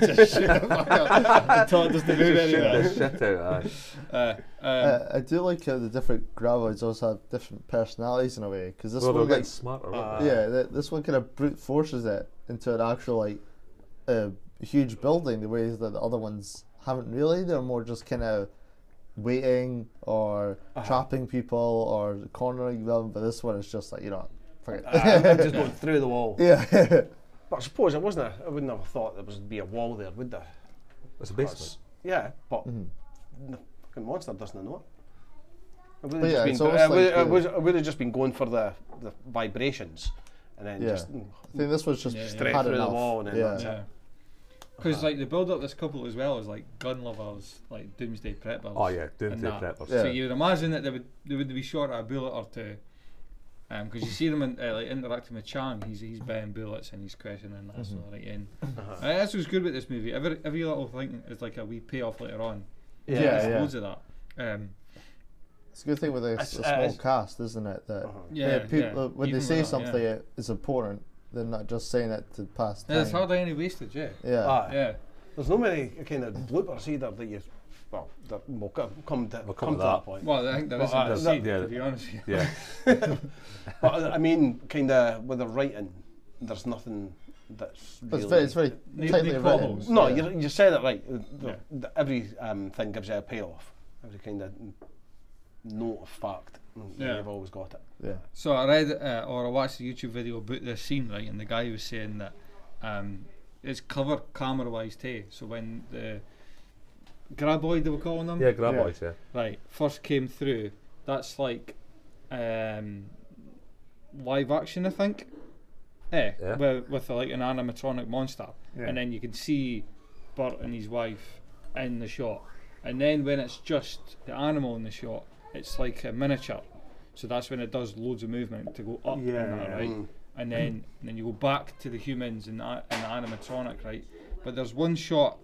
just shoot it back up and taught us to do Just shoot anyway. the shit out, Uh, um, Uh, I do like how the different graboids also have different personalities in a way because this Well, they're one getting gets smarter, Yeah, aren't they? th- this one kind of brute forces it into an actual like uh, huge building. The ways that the other ones haven't really. They're more just kind of waiting or Uh-huh. trapping people or cornering them. But this one is just like you know, fuck it. Ah, I'm just going through the wall. Yeah. But I suppose it wasn't. A, I wouldn't have thought there would be a wall there, would there? It's a That's- Yeah, but Mhm. the fucking monster doesn't know it. It would But have yeah, just, it's been- almost it would- like it the- was- it would have just been going for the, the vibrations, and then Yeah. just mm, I think this was just Yeah, yeah. had Straight through the enough. wall and then yeah. that's it. Because like they build up this couple as well as like gun lovers, like doomsday preppers. Oh, yeah, and doomsday that. preppers. So Yeah. you would imagine that they would they would be short a bullet or two, because you see them in, uh, like interacting with Chang. He's he's buying bullets and he's questioning that Mm-hmm. sort of right in. Uh-huh. And that's what's good about this movie. Every every little thing is like a wee payoff later on. Yeah, There's yeah. loads of that. Um, It's a good thing with a, s- It's- a uh, small it's- cast, isn't it? That Uh-huh. Yeah, people uh, yeah. when Even they say with that, yeah. something, it it's important. They're not just saying it to pass time. yeah, it's hardly any wastage. Yeah. Yeah. Aye. Yeah. Ah, There's no many kind of bloopers either that you. Well, that will come, come to, We'll come come to to that. that. point. Well, I think there But, isn't uh, a that- scene, to be honest. Yeah. but uh, I I mean, kind of with the writing, there's nothing that's. But Really it's very- it's very They- tightly they written. follows, No, yeah. you, you said it right. The- the- the- every um, thing gives you a payoff. Every kind of note of fact. and Yeah. You've always got it. Yeah. So I read uh, or I watched a YouTube video about this scene, right? And the guy was saying that um, it's cover camera wise too. So when the graboid they were calling them, Yeah, graboids, Yeah. yeah. right, first came through, that's like um, live action, I think. Yeah, Yeah. With, with like an animatronic monster, Yeah. and then you can see Bert and his wife in the shot, and then when it's just the animal in the shot, it's like a miniature. So that's when it does loads of movement to go up and Yeah, that, yeah. right? Mm. And then and then you go back to the humans and, the- and the animatronic, right? But there's one shot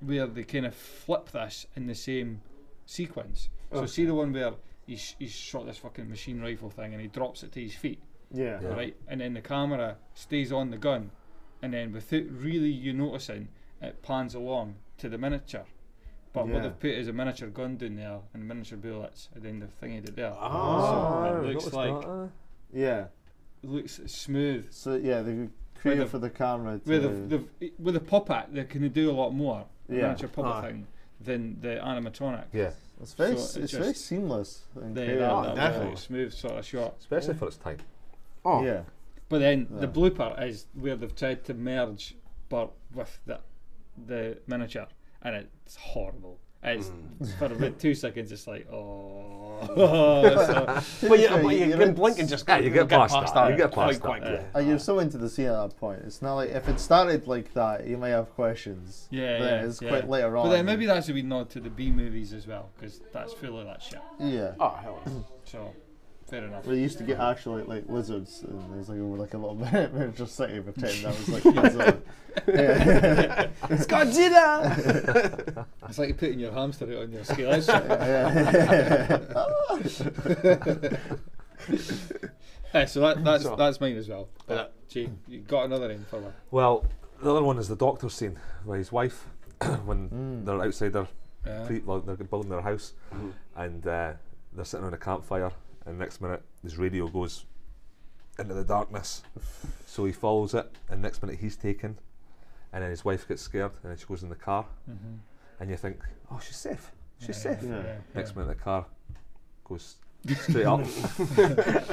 where they kind of flip this in the same sequence. So Okay. see the one where he's, he's shot this fucking machine rifle thing and he drops it to his feet. Yeah. Yeah. Right? And then the camera stays on the gun and then without really you noticing, it pans along to the miniature. But Yeah. what they've put is a miniature gun down there and miniature bullets and then the thingy did there. Oh, Ah, so I it looks noticed like that, eh? Yeah. looks smooth. So yeah, they create for the camera With to- the, the with a puppet, they can do a lot more. Yeah. Yeah. Miniature puppet Aye. thing than the animatronic. Yeah. It's very So s- it it's very just- seamless and They, clear. that, Oh, that definitely. little smooth sort of shot, Especially for its time. Oh. Yeah. But then Yeah. the blooper is where they've tried to merge Bert with the the miniature, and it's horrible. It's Mm. for about two seconds, it's like oh. So- But you- but you can blink and just Yeah, you get get past past that, that you get quite past that, quickly. yeah. Uh, you're so into the scene at that point. It's not like if it started like that, you might have questions. Yeah, but yeah, It's yeah. quite later on. But then maybe that's a wee nod to the B movies as well, because that's full of that shit. Yeah. Oh hell. So, fair enough. we used to get actually like, like lizards, and there's like over like a little bit. We were just sitting and pretending that was like Godzilla. Yeah. It's Godzilla! It's like you're putting your hamster out on your scale. That's- Eh, so that, that's So- that's mine as well. But gee, you got another in for that. Well, the other one is the doctor scene where his wife, when they're outside their, Yeah. pre, well, they're building their house, and uh, they're sitting on a campfire, and next minute his radio goes into the darkness, so he follows it, and next minute he's taken, and then his wife gets scared, and then she goes in the car, Mhm. and you think, oh, she's safe, she's Yeah, safe. yeah, yeah, next yeah. minute the car goes straight up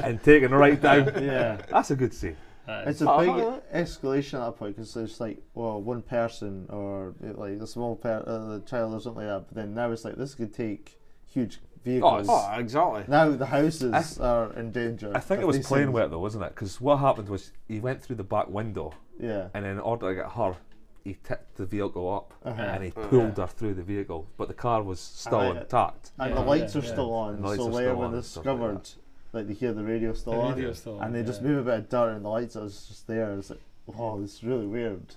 and taken right down. Yeah. that's a good scene. It's a big Uh-huh. escalation at that point because it's like, well, one person or uh, like a small per- uh, the child or something like that. But then now it's like this could take huge vehicles. oh, exactly. Now the houses I th- are in danger. I think of it was these playing things. with it though, wasn't it? Because what happened was he went through the back window. Yeah. And in order to get her, he tipped the vehicle up Uh-huh. and he Oh, Uh-huh. pulled her through the vehicle, but the car was still And I- intact. And the lights are still on. And the lights so are later still when on they're and stuff like discovered, like they hear the radio still The on, radio's still on, and they just yeah. move a bit of dirt and the lights are just there. It's like, oh, this is really weird.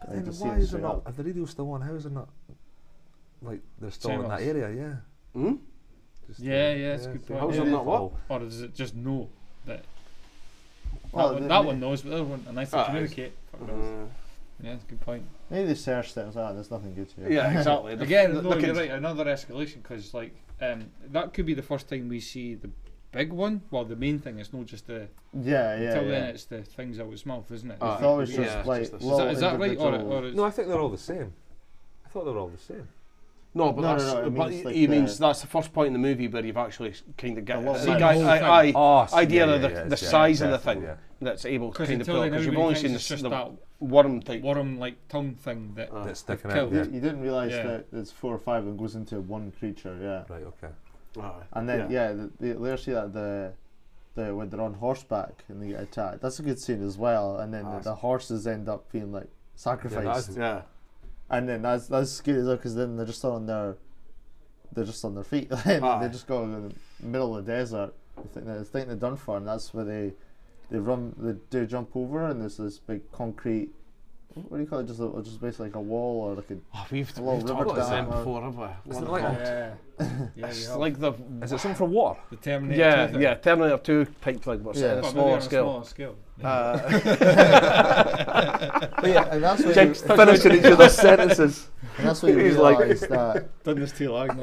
But And then you just see why it is it straight not? up. If the radio's still on, how is it not? Like they're still in that Channels. area, yeah. uh, Hmm? Yeah, yeah, that's a good so point. how's yeah. it not what? Or does it just know that? Well, that, one, the- that the- one knows, but the other one, unless they Ah, it's- Mm. communicate. Fuck knows. yeah, that's a good point. Maybe they searched it and was like, "Ah, there's nothing good here. Yeah, exactly. The- Again, the- no, look you're at- right. Another escalation because, like, um, that could be the first time we see the big one. Well, the main thing is not just the. yeah, yeah. until yeah. then, it's the things out his mouth, isn't it? Aye. It's always Yeah, just it's like just a- Is is little that, is that right, or, individual- or is No, I think they're all the same. I thought they were all the same. No, but No, no, that's no, it but means he- like he the- means that's the first point in the movie where you've actually kind of got lot the, of guy- the whole I- thing. I- Oh, I see. idea Yeah, of the, yeah, yeah, the yeah, size of the definitely, thing yeah. that's able to because kind of until pull then, because you've everybody only thinks seen it's the, just the that worm type. worm like tongue thing that That's they've sticking out. killed. Yeah. You, you didn't realize Yeah. that there's four or five of them goes into one creature. Yeah. Right. Okay. Aye. And then yeah, th they later see that the the when they're on horseback and they get attacked. That's a good scene as well. And then Ah, the, the horses end up being like sacrificed. is- yeah. and then that's that's good as well because then they're just on their they're just on their feet. and Aye. Ah. they just go in the middle of the desert. They think, they think they're done for, and that's where they they run they do jump over and there's this big concrete. What do you call it? Just a, just basically like a wall or like a Oh, we've A little we've river talked about them dam, uh, before, have we? Isn't it What like the- a- Yeah, yeah, It's yeah. like the Is it something from war? the Terminator. yeah, two thing. yeah, Terminator 2 type thing, but Yeah. yeah. Uh, But on a But maybe on smaller a scale. smaller scale. But yeah, and that's where you, Jinx finishing each other's sentences. and that's where you He's like- realise that Done this too long.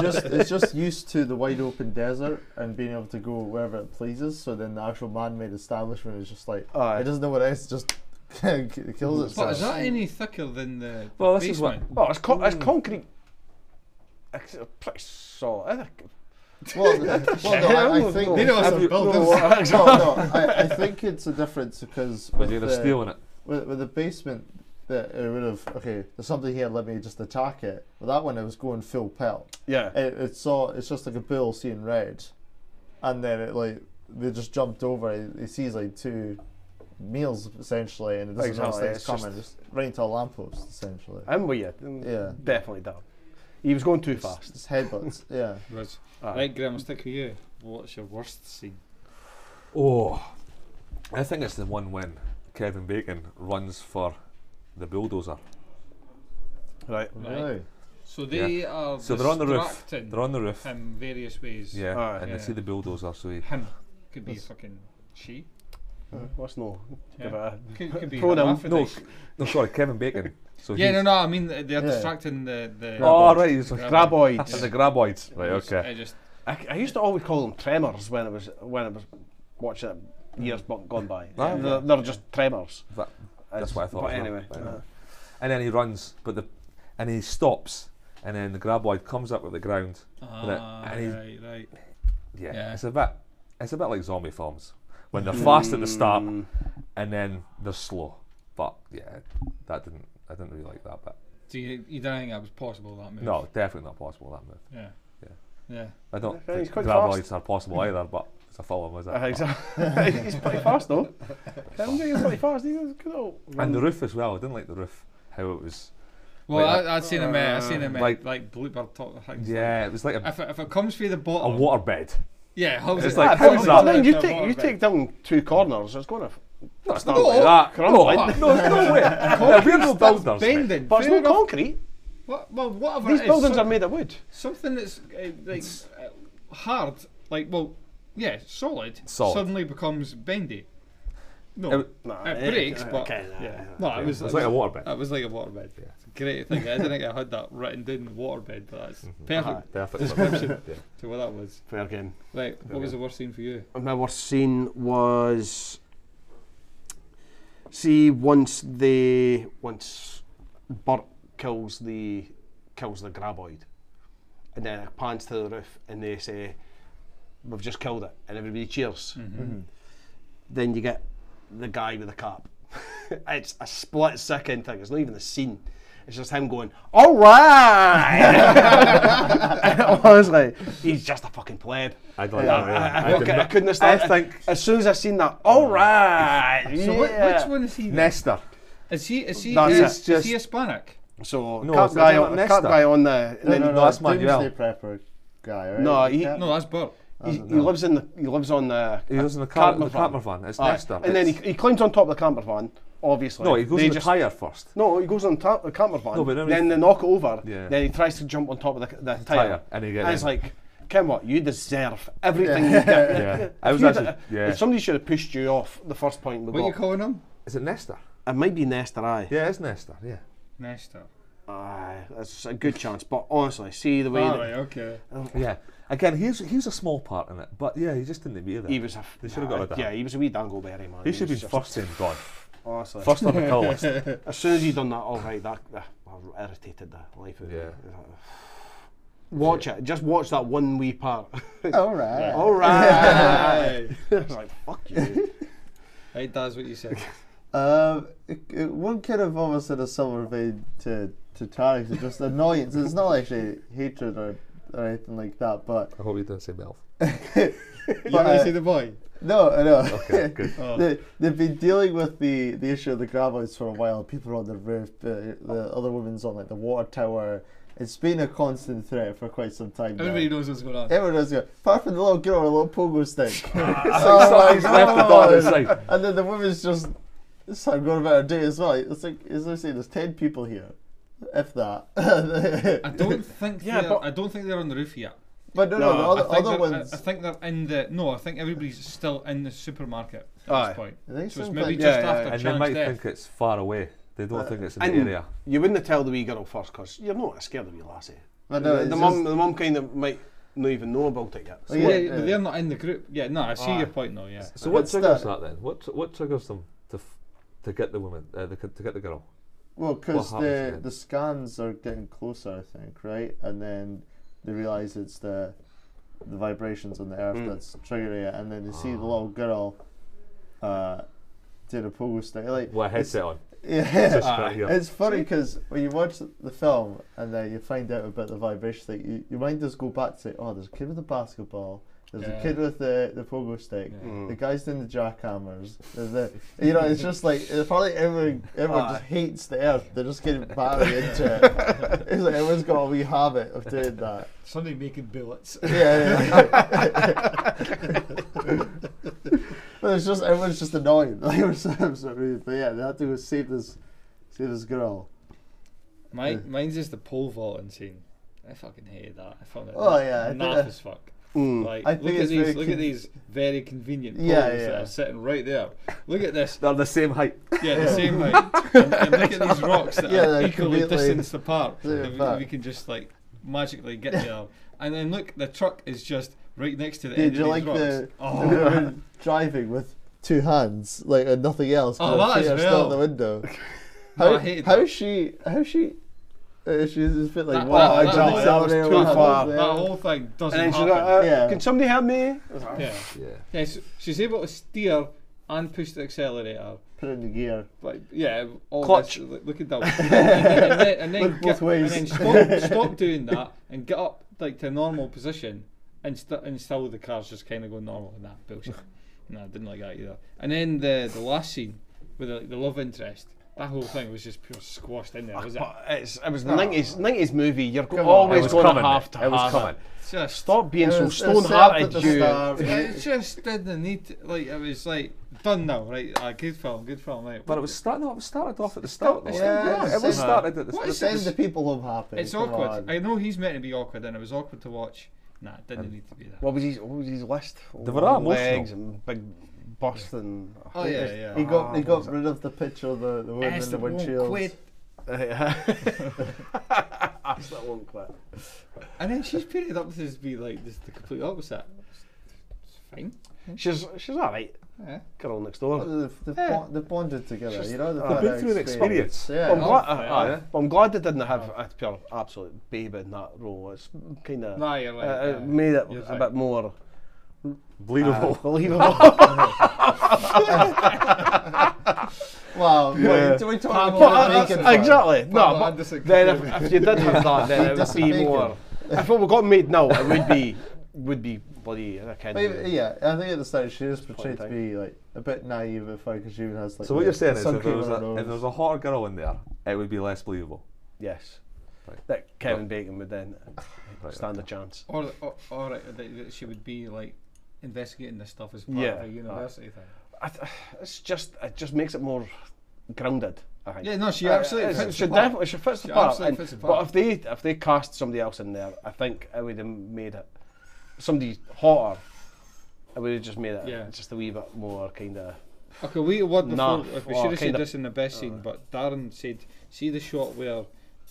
just it's just used to the wide open desert and being able to go wherever it pleases. So then the actual man-made establishment is just like Aye. it doesn't know what it is. Just it kills itself. But is that any thicker than the Well, this is what. basement? Oh, it's, con- it's Mm. concrete. It's uh, pretty solid. I think. Well, th- well, no, I, I think Neither of us are builders. No, no, I, I think it's a difference because But with you're the, stealing it. with, with the basement that it would have okay. There's something here. Let me just attack it. With that one, it was going full pelt. Yeah. It, it's all it's just like a bull seeing red, and then it like they just jumped over. It, it sees like two meals essentially, and it doesn't Exactly, know it's, it's coming. Just right into a lamppost essentially. I'm with you. Mm, Yeah. Definitely done. He was going too fast. It's headbutts. yeah. Was. Aye. Right, Graham, I'll stick with you. What's your worst scene? Oh, I think it's the one when Kevin Bacon runs for the bulldozer. Right. Right. So they are So they're on the roof. distracting They're on the roof. him various ways. Yeah, Aye. and Yeah. they see the bulldozer, so he. Him. Could be fucking she. What's no? Yeah. Give it a Could, could be Pronoun. No, hermaphrodite. s- no, sorry, Kevin Bacon. So Yeah, he's- no, no, I mean uh, they're Yeah. distracting the... the Oh, right, he's Graboid. graboids. and the graboids. Right, It's- okay. I just, I, I used to always call them tremors when I was when I was watching it years bu- gone by. Ah, they're, they're just tremors. That, that's It's- what I thought. But as well. anyway, Right. uh, and then he runs, but the, and he stops, and then the graboid comes up with the ground. with it, ah, and he- right, right. yeah, Yeah. it's a bit, it's a bit like zombie films when they're fast at the start, Hmm. mm, and then they're slow. But yeah, that didn't, I didn't really like that bit. So you, you don't think that was possible, that move? No, definitely not possible that move. Yeah. Yeah. Yeah. I don't Yeah, he's think quite graboids are possible either, but it's a film, is it? uh, But- exactly. he's pretty fast though. Kevin Bacon's pretty fast. He's good old. And the roof as well. I didn't like the roof. How it was. Well, Like I, I've seen him. Uh, I've seen him. Uh, like like- like blooper top things. Yeah, it was like a, If it, if it comes through the a bottom, waterbed. yeah, how's It's it? like, Ah, it how's comes that? but into then you the take you waterbed. take down two corners. It's going to. No, it's not no, like that. No, Crumbling. no, there's no way. Yeah, we're no builders. mate. Bending. But it's fair not enough. concrete. What, well, whatever. These it is, buildings so- are made of wood. something that's uh, like uh, hard. Like well, yeah, solid. Solid. Suddenly becomes bendy. No, It it, Nah, w- eh, breaks, eh, Uh, but okay, nah, yeah. nah. no, it was, It's like a waterbed. Oh. It was like a waterbed. Yeah. Great thing. I didn't think I had that written down. Waterbed, but that's Mm-hmm. perfect Perfect. description Yeah. to what that was. Fair game. Right, what was the worst scene for you? my worst scene was see once they once Bert kills the kills the graboid and then it pans to the roof and they say we've just killed it and everybody cheers Mm-hmm. then you get the guy with the cap it's a split second thing it's not even the scene it's just him going all right and I was like he's just a fucking pleb I'd I, like that. yeah. I, I I, did I not- couldn't have started. I think as soon as I seen that, all Mm. right. So whi- yeah. which one is he? then? Nestor. Is he is he That's is, it. is he Hispanic? So No, cap it's guy, not on, Nesta. cap guy on the. and No, then- no, no, that's Doomsday Manuel. Prepper guy, right? No, he- Yeah. No, that's Bert. He, he lives in the he lives on the He lives in the car- the camper van. It's Aye. Nestor. and then he, It's- he climbs on top of the camper van. Obviously, No, he goes They in the tyre first. No, he goes on top the camper van. No, but then he- then they knock it over. Yeah. Then he tries to jump on top of the, the, tire, tyre, and he get it's in. like, Ken, what you deserve everything Yeah. you uh, get. Yeah. If I was you'd- actually- yeah. If somebody should have pushed you off the first point, we What got. you calling him? Is it Nestor? It might be Nestor, aye. Yeah, it's Nestor. Yeah. Nesta. Aye, Ah, that's a good chance. But honestly, see the way. All that- right, okay. Oh, Yeah. Again, he's he's a small part in it, but yeah, he just didn't be there. He was a. uh, They should have got rid of Yeah, him. he was a wee dangleberry man. He should was have been just- first in gone. Honestly. First on the call list. As soon as he done that, all right, that uh, I irritated the life out Yeah. of me. Watch it. Just watch that one wee part. All right. all right. Aye. I was like, fuck you. It does what you said. Um, it, it, one could have almost had a silver vein to to Tarek, it's just annoyance. It's not actually hatred or, or anything like that, but I hope you didn't say Melf. You But, want uh, to see the boy? no, no. Okay, good. Oh. they, they've been dealing with the, the issue of the graboids for a while. People are on the roof, the, the other woman's on like the water tower. It's been a constant threat for quite some time. now. Everybody knows what's going on. Everyone's going, apart from the little girl, with a little pogo stick. Ah, so he's left the door inside. And then the woman's just, this time going about her day as well. It's like, as I say, there's 10 people here. If that. I don't think Yeah, they're, but- I don't think they're on the roof yet. but no, no, No, the I other, think, other they're- I- ones. I, think they're in the no. I think everybody's still in the supermarket at Aye. this point. I think So it's so, maybe but- just Yeah, yeah, after yeah. And Chan's they might death. think it's far away. They don't think it's in And the area. You wouldn't tell the wee girl first because you're not scared of your lassie. but no, the, it's the just- mum, the mum kind of might not even know about it yet. So Yeah, yeah, yeah. but they're not in the group. Yeah, no, I see Aye. your point though. Yeah, So what What's triggers that? that, then? What tr- what triggers them to f- to get the woman uh, the, c- to get the girl? Well, because happens the then? the scans are getting closer, I think, right? And then they realise it's the the vibrations on the earth that's triggering it, and then they see the little girl uh, did a pogo stick. Like, Well, a headset on. yeah, Just right here. it's funny because when you watch the film and then you find out about the vibration thing, you, your mind does go back to say, oh, there's a kid with a basketball, there's Yeah. a kid with the, the pogo stick, Yeah. the guy's doing the jackhammers. There's the, you know, it's just like, it's probably everyone, everyone just hates the earth. They're just getting battered into it. It's like everyone's got a wee habit of doing that. somebody making bullets. Yeah, yeah, yeah. but it's just, everyone's just annoyed. Like, I'm so, I'm so rude. But yeah, they have to go save this, save this girl. My, mine's just the pole vaulting scene. I fucking hated that. I found it. Oh, yeah, I think naff that- as fuck. Mm. Like, I look think at it's these. very Look con- at these very convenient poles Yeah, that yeah. are sitting right there. Look at this. They're the same height. Yeah, the same height. and, and look at these rocks that Yeah, are they're equally completely- distanced apart. Yeah, and we, apart. we can just like magically get there. And then look, the truck is just right next to the Did end you of like these rocks. the, oh, the woman driving with two hands, like and nothing else? 'cause Oh, her that feet is are still well. out the window. No, How, I hated how that. is she? How is she? Uh, she's just been like, That- wow, that- I that jumped was- that was somewhere, too what far. happens that there? whole thing doesn't And then she's happen. like, uh, Yeah. can somebody help me? uh, yeah, Yeah. yeah. So she's able to steer and push the accelerator. Put in the gear. But yeah, all Clutch. This, look, look at that. and then, and then, and then Look get- both ways. And then stop, stop doing that and get up like to a normal position, and st- and still the car's just kind of go normal and that bullshit. no, I didn't like that either. And then the the last scene with the, the love interest, that whole thing was just pure squashed in there. Was it? But it's, it was the 90s, 90s movie. You're go- on. It always was going coming. to have to It was have coming. Just Stop being It so was- it was stone set up at hearted, the you. start. It just didn't need to, like it was like done now, right? Ah, good film, good film, right? But it was start. No, it was started off at the start. though. it's still it going. was Yeah. started at the What is start. Send the people home happy. It's come awkward. on. I know he's meant to be awkward, and it was awkward to watch. Nah, it didn't need to be there. What was his, what was his list? They were all Legs and big bust and... Oh yeah, yeah. He got Ah, he got rid of the picture of the, the woman in the windshield. That's that one clip. And then she's painted up to just be like this, the complete opposite. It's fine. She's, she's alright. Yeah. Girl next door. They've, they've, Yeah. bond, they've bonded together. You know, they've had been through an experience. Yeah. I'm, glad, yeah. uh, uh, but I'm glad they didn't have a pure absolute babe in that role. It's kind of Nah, you're right, uh, yeah. it made it You're a right. bit more Believable. believable. Wow. Yeah. What, do we talk Pamela uh, about Anderson. Bacon? Anderson. exactly. Pamela No, Anderson but then could if, if you did have that, then it would Anderson be Bacon. more. If it got made now, it would be would be bloody. uh, I can't. uh, But even- yeah, I think at the start she was portrayed to time. be like a bit naive at because she even has like. So what the you're saying is, sun if there, cream was on her a, if there nose. was a hotter girl in there, it would be less believable. Yes. that Kevin Bacon would then stand a chance. Or, or, or uh, that that she would be like investigating this stuff as part Yeah. of a university thing. I th- it's just it just makes it more grounded. I think. Yeah, no, she Uh, absolutely it's- fits she the part. definitely she fits the She part. absolutely and- fits the But part. if they if they cast somebody else in there, I think it would have made it somebody hotter. It would have just made it Yeah. just a wee bit more kind of. Okay, we what Nah, before if we Oh, well, should have said kinda- this in the best scene, but Darren said, see the shot where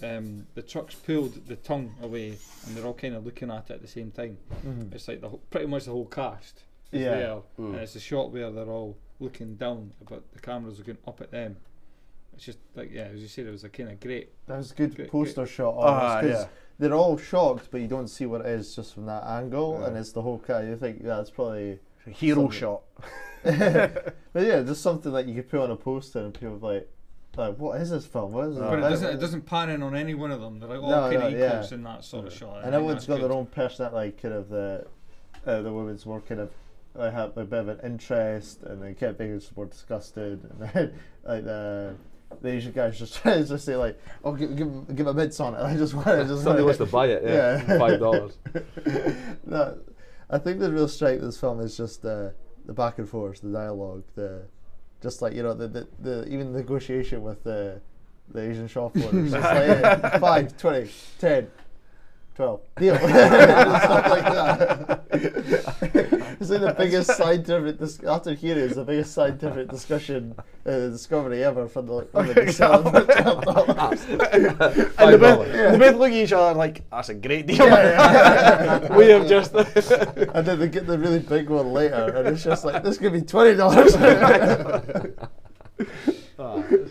um, the truck's pulled the tongue away and they're all kind of looking at it at the same time. Mhm. It's like the whole, pretty much the whole cast is Yeah. there, Mm. and it's a shot where they're all looking down, but the camera's looking up at them. It's just like yeah, as you said, it was a kind of great. That was a good great- poster great- shot. Ah, Almost, 'cause yeah. They're all shocked, but you don't see what it is just from that angle, Yeah. and it's the whole car. You think yeah, that's probably A hero something- shot. but yeah, just something that you could put on a poster, and people are like, like, what is this film? What is this? But it about?" doesn't, it doesn't pan in on any one of them. They're like all No, kind no, of yeah. equals in that sort of shot. I And think everyone's that's got good. their own personality, like kind of the uh, the women's more kind of I have a bit of an interest, and then Kent Baker's more disgusted, and then like the. The Asian guys just trying to just say like, "Oh, give give, give a bids on it." I just want to just Somebody like- wants to buy it, yeah, five dollars. no, I think the real strength of this film is just the the back and forth, the dialogue, the just like you know the the, the even negotiation with the the Asian shop owners. It's like eh, five, twenty, ten. 12. Deal. Stuff like that. it's like the biggest scientific, dis- after hearing it's the biggest scientific discussion, uh, discovery ever from the, from the Excel. And they dollars. both, they both look at each other like that's a great deal. we have just and then they get the really big one later, and it's just like this could be twenty dollars.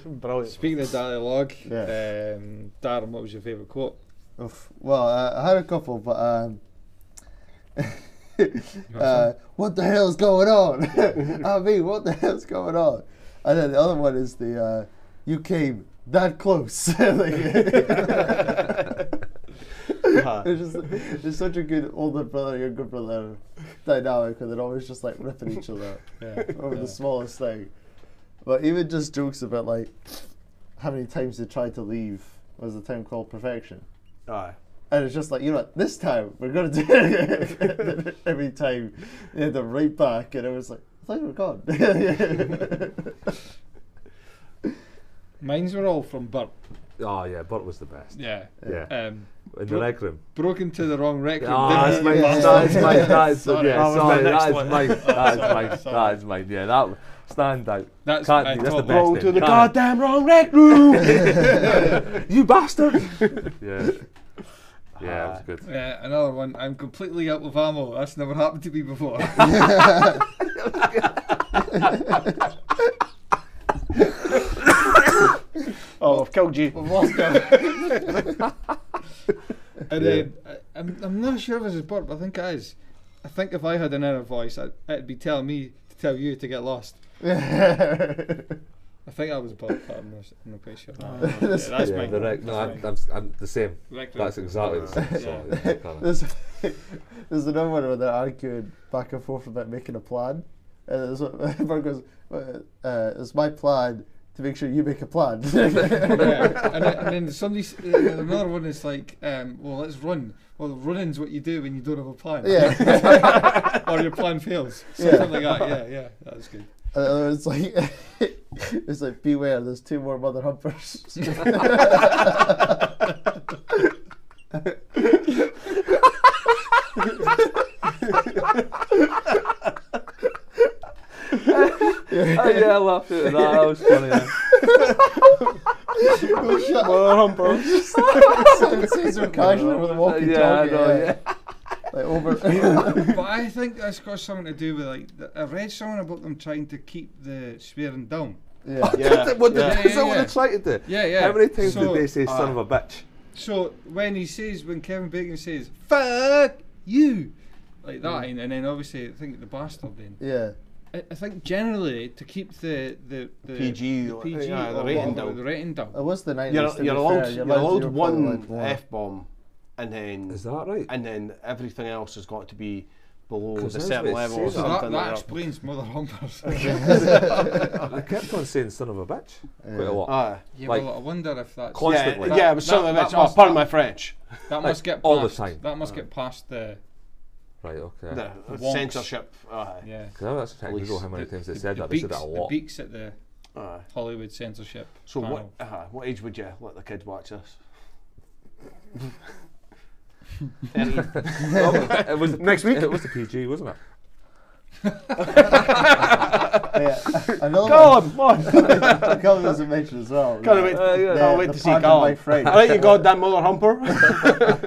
brilliant. Speaking of dialogue, Yeah. um, Darren, what was your favourite quote? well, uh, I had a couple, but um, uh, what the hell's going on? I mean, what the hell's going on? And then the other one is the uh, you came that close. Like- Ah. It's just it's such a good older brother, younger brother dynamic, and they're always just like ripping each other Yeah, over yeah. the smallest thing. But even just jokes about like how many times they tried to leave was the time called perfection. Aye. And it's just like, you know what, this time we're gonna do it every time they had them right back and it was like, I thought you were gone. Mines were all from Burt. Oh yeah, Burt was the best. Yeah. Yeah. Um, In the rec room. Broke into the wrong rec room. Ah, that's didn't my, he? that's my, that's Sorry. yeah, That was my sorry, next that one. is mine, that is Sorry, mine, sorry. that is mine. Yeah, that w- stand out. That's Can't my do, that's the top. best. Wrong thing. to the Can't- goddamn wrong rec room. you bastard. Yeah. Yeah, it was good. Ah. Yeah, uh, another one. I'm completely out of ammo. That's never happened to me before. Oh, I've killed you. and then I, I'm, I'm not sure if this is Burt, but I think it is. I think if I had an inner voice, I, it'd be telling me to tell you to get lost. I think I was Burt, but I'm not, s- I'm not quite sure. Ah, Yeah, that's yeah, mine. the rec, no, That's I'm, mine. I'm, I'm the same. Rec room. That's exactly the same. Sorry, Yeah. I can't- there's, there's another one where they're arguing back and forth about making a plan. And there's one Mark goes, "Well, uh, it's my plan to make sure you make a plan. yeah. and, then, and then somebody, s- uh, another one is like, um, well, let's run. Well, running's what you do when you don't have a plan. Yeah. or your plan fails. Yeah. Something like that. Yeah, yeah, that's good. Uh, it's like it's like beware. There's two more mother humpers. oh, yeah, I laughed at that. That was funny. Yeah. oh shit! Mother humper. Caesar casually with a walkie-talkie. Yeah, I know, yeah. Like over. but I think that's got something to do with like th- I read something about them trying to keep the swearing down. yeah. Yeah. what did, Yeah, is that yeah, what yeah. they tried to do? Yeah, yeah. How many times So- uh, did they say son of a bitch? So when he says, when Kevin Bacon says "fuck you," like that, and, and then obviously I think the bastard. Then Yeah. I, I think generally to keep the the, the PG, the uh, PG yeah, or the rating whatever, down. the rating down. It was Uh, the 90s. You're, to you're be allowed, fair. you're allowed- allowed you're probably allowed one F bomb and then Is that right? and then everything else has got to be below 'Cause a that's certain what it level or says. So so that, something that like that. explains Mother Humpers. They kept on saying son of a bitch quite a lot. Aye. Yeah, well, I wonder if that's constantly. Yeah, yeah, it was son of a bitch. Oh, pardon my French. That Like, must get past, all the time. Uh. That must get past the Right, okay. The wonks. censorship. Aye. Yeah. Because I was actually trying to Google how many The- times they the- said the that. They said beaks- that a lot. The beaks at the Aye. Hollywood censorship. So what? panel. Uh, what age would you let the kid watch this? Thirty. Well, it was Next week? It was the PG, wasn't it? yeah, another Callum, come on. one. Colin doesn't mention as well. Can't wait. Uh, yeah. can't The- wait the to see pardon my Callum. French. I like your goddamn mother humper.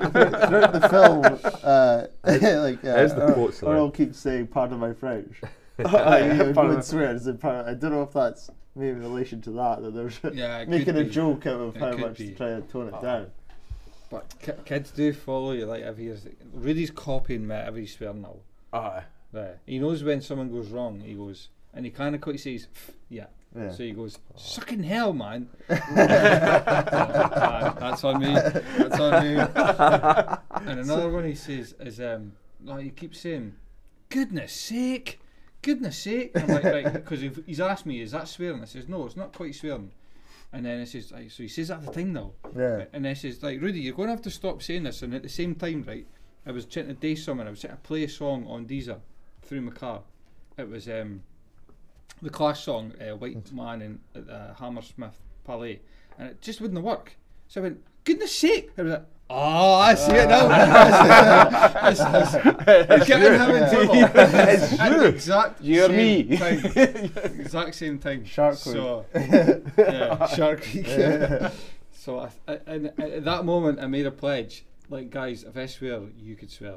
Uh, Throughout the film, uh, like uh, There's the Earl- quotes there. Earl keeps saying "Pardon my French." Aye, He would go pardon and my- swear and say, "Pardon-" I don't know if that's maybe in relation to that that they're Yeah, it could making a be. joke out of It how could much be. Ah. to try and tone it down. But ki- kids do follow you. Like every Rudy's copying me every swear now. Aye. Right. He knows when someone goes wrong. He goes and he kind of quick says, "Pff, yeah. Yeah. So he goes, sucking hell, man. Uh, that's on me. That's on me. and another one he says is, um, like he keeps saying, goodness sake, goodness sake. And I'm like, right, because he's asked me, is that swearing? I says, no, it's not quite swearing. And then it says, like, so he says that the thing though. Yeah. And I says, like, Rudy, you're going to have to stop saying this. And at the same time, right, I was trying to do something. I was trying to play a song on Deezer through my car. It was um, the Clash song, uh, White Man in at the Hammersmith Palais. And it just wouldn't work. So I went, goodness sake. I was like, oh, I see it now. it's, it's, it's getting him in trouble. It's you. Exact You're same me. Thing. exact same thing. Shark So, yeah, Shark Week. So I, I, and at that moment, I made a pledge. Like, guys, if I swear, you could swear.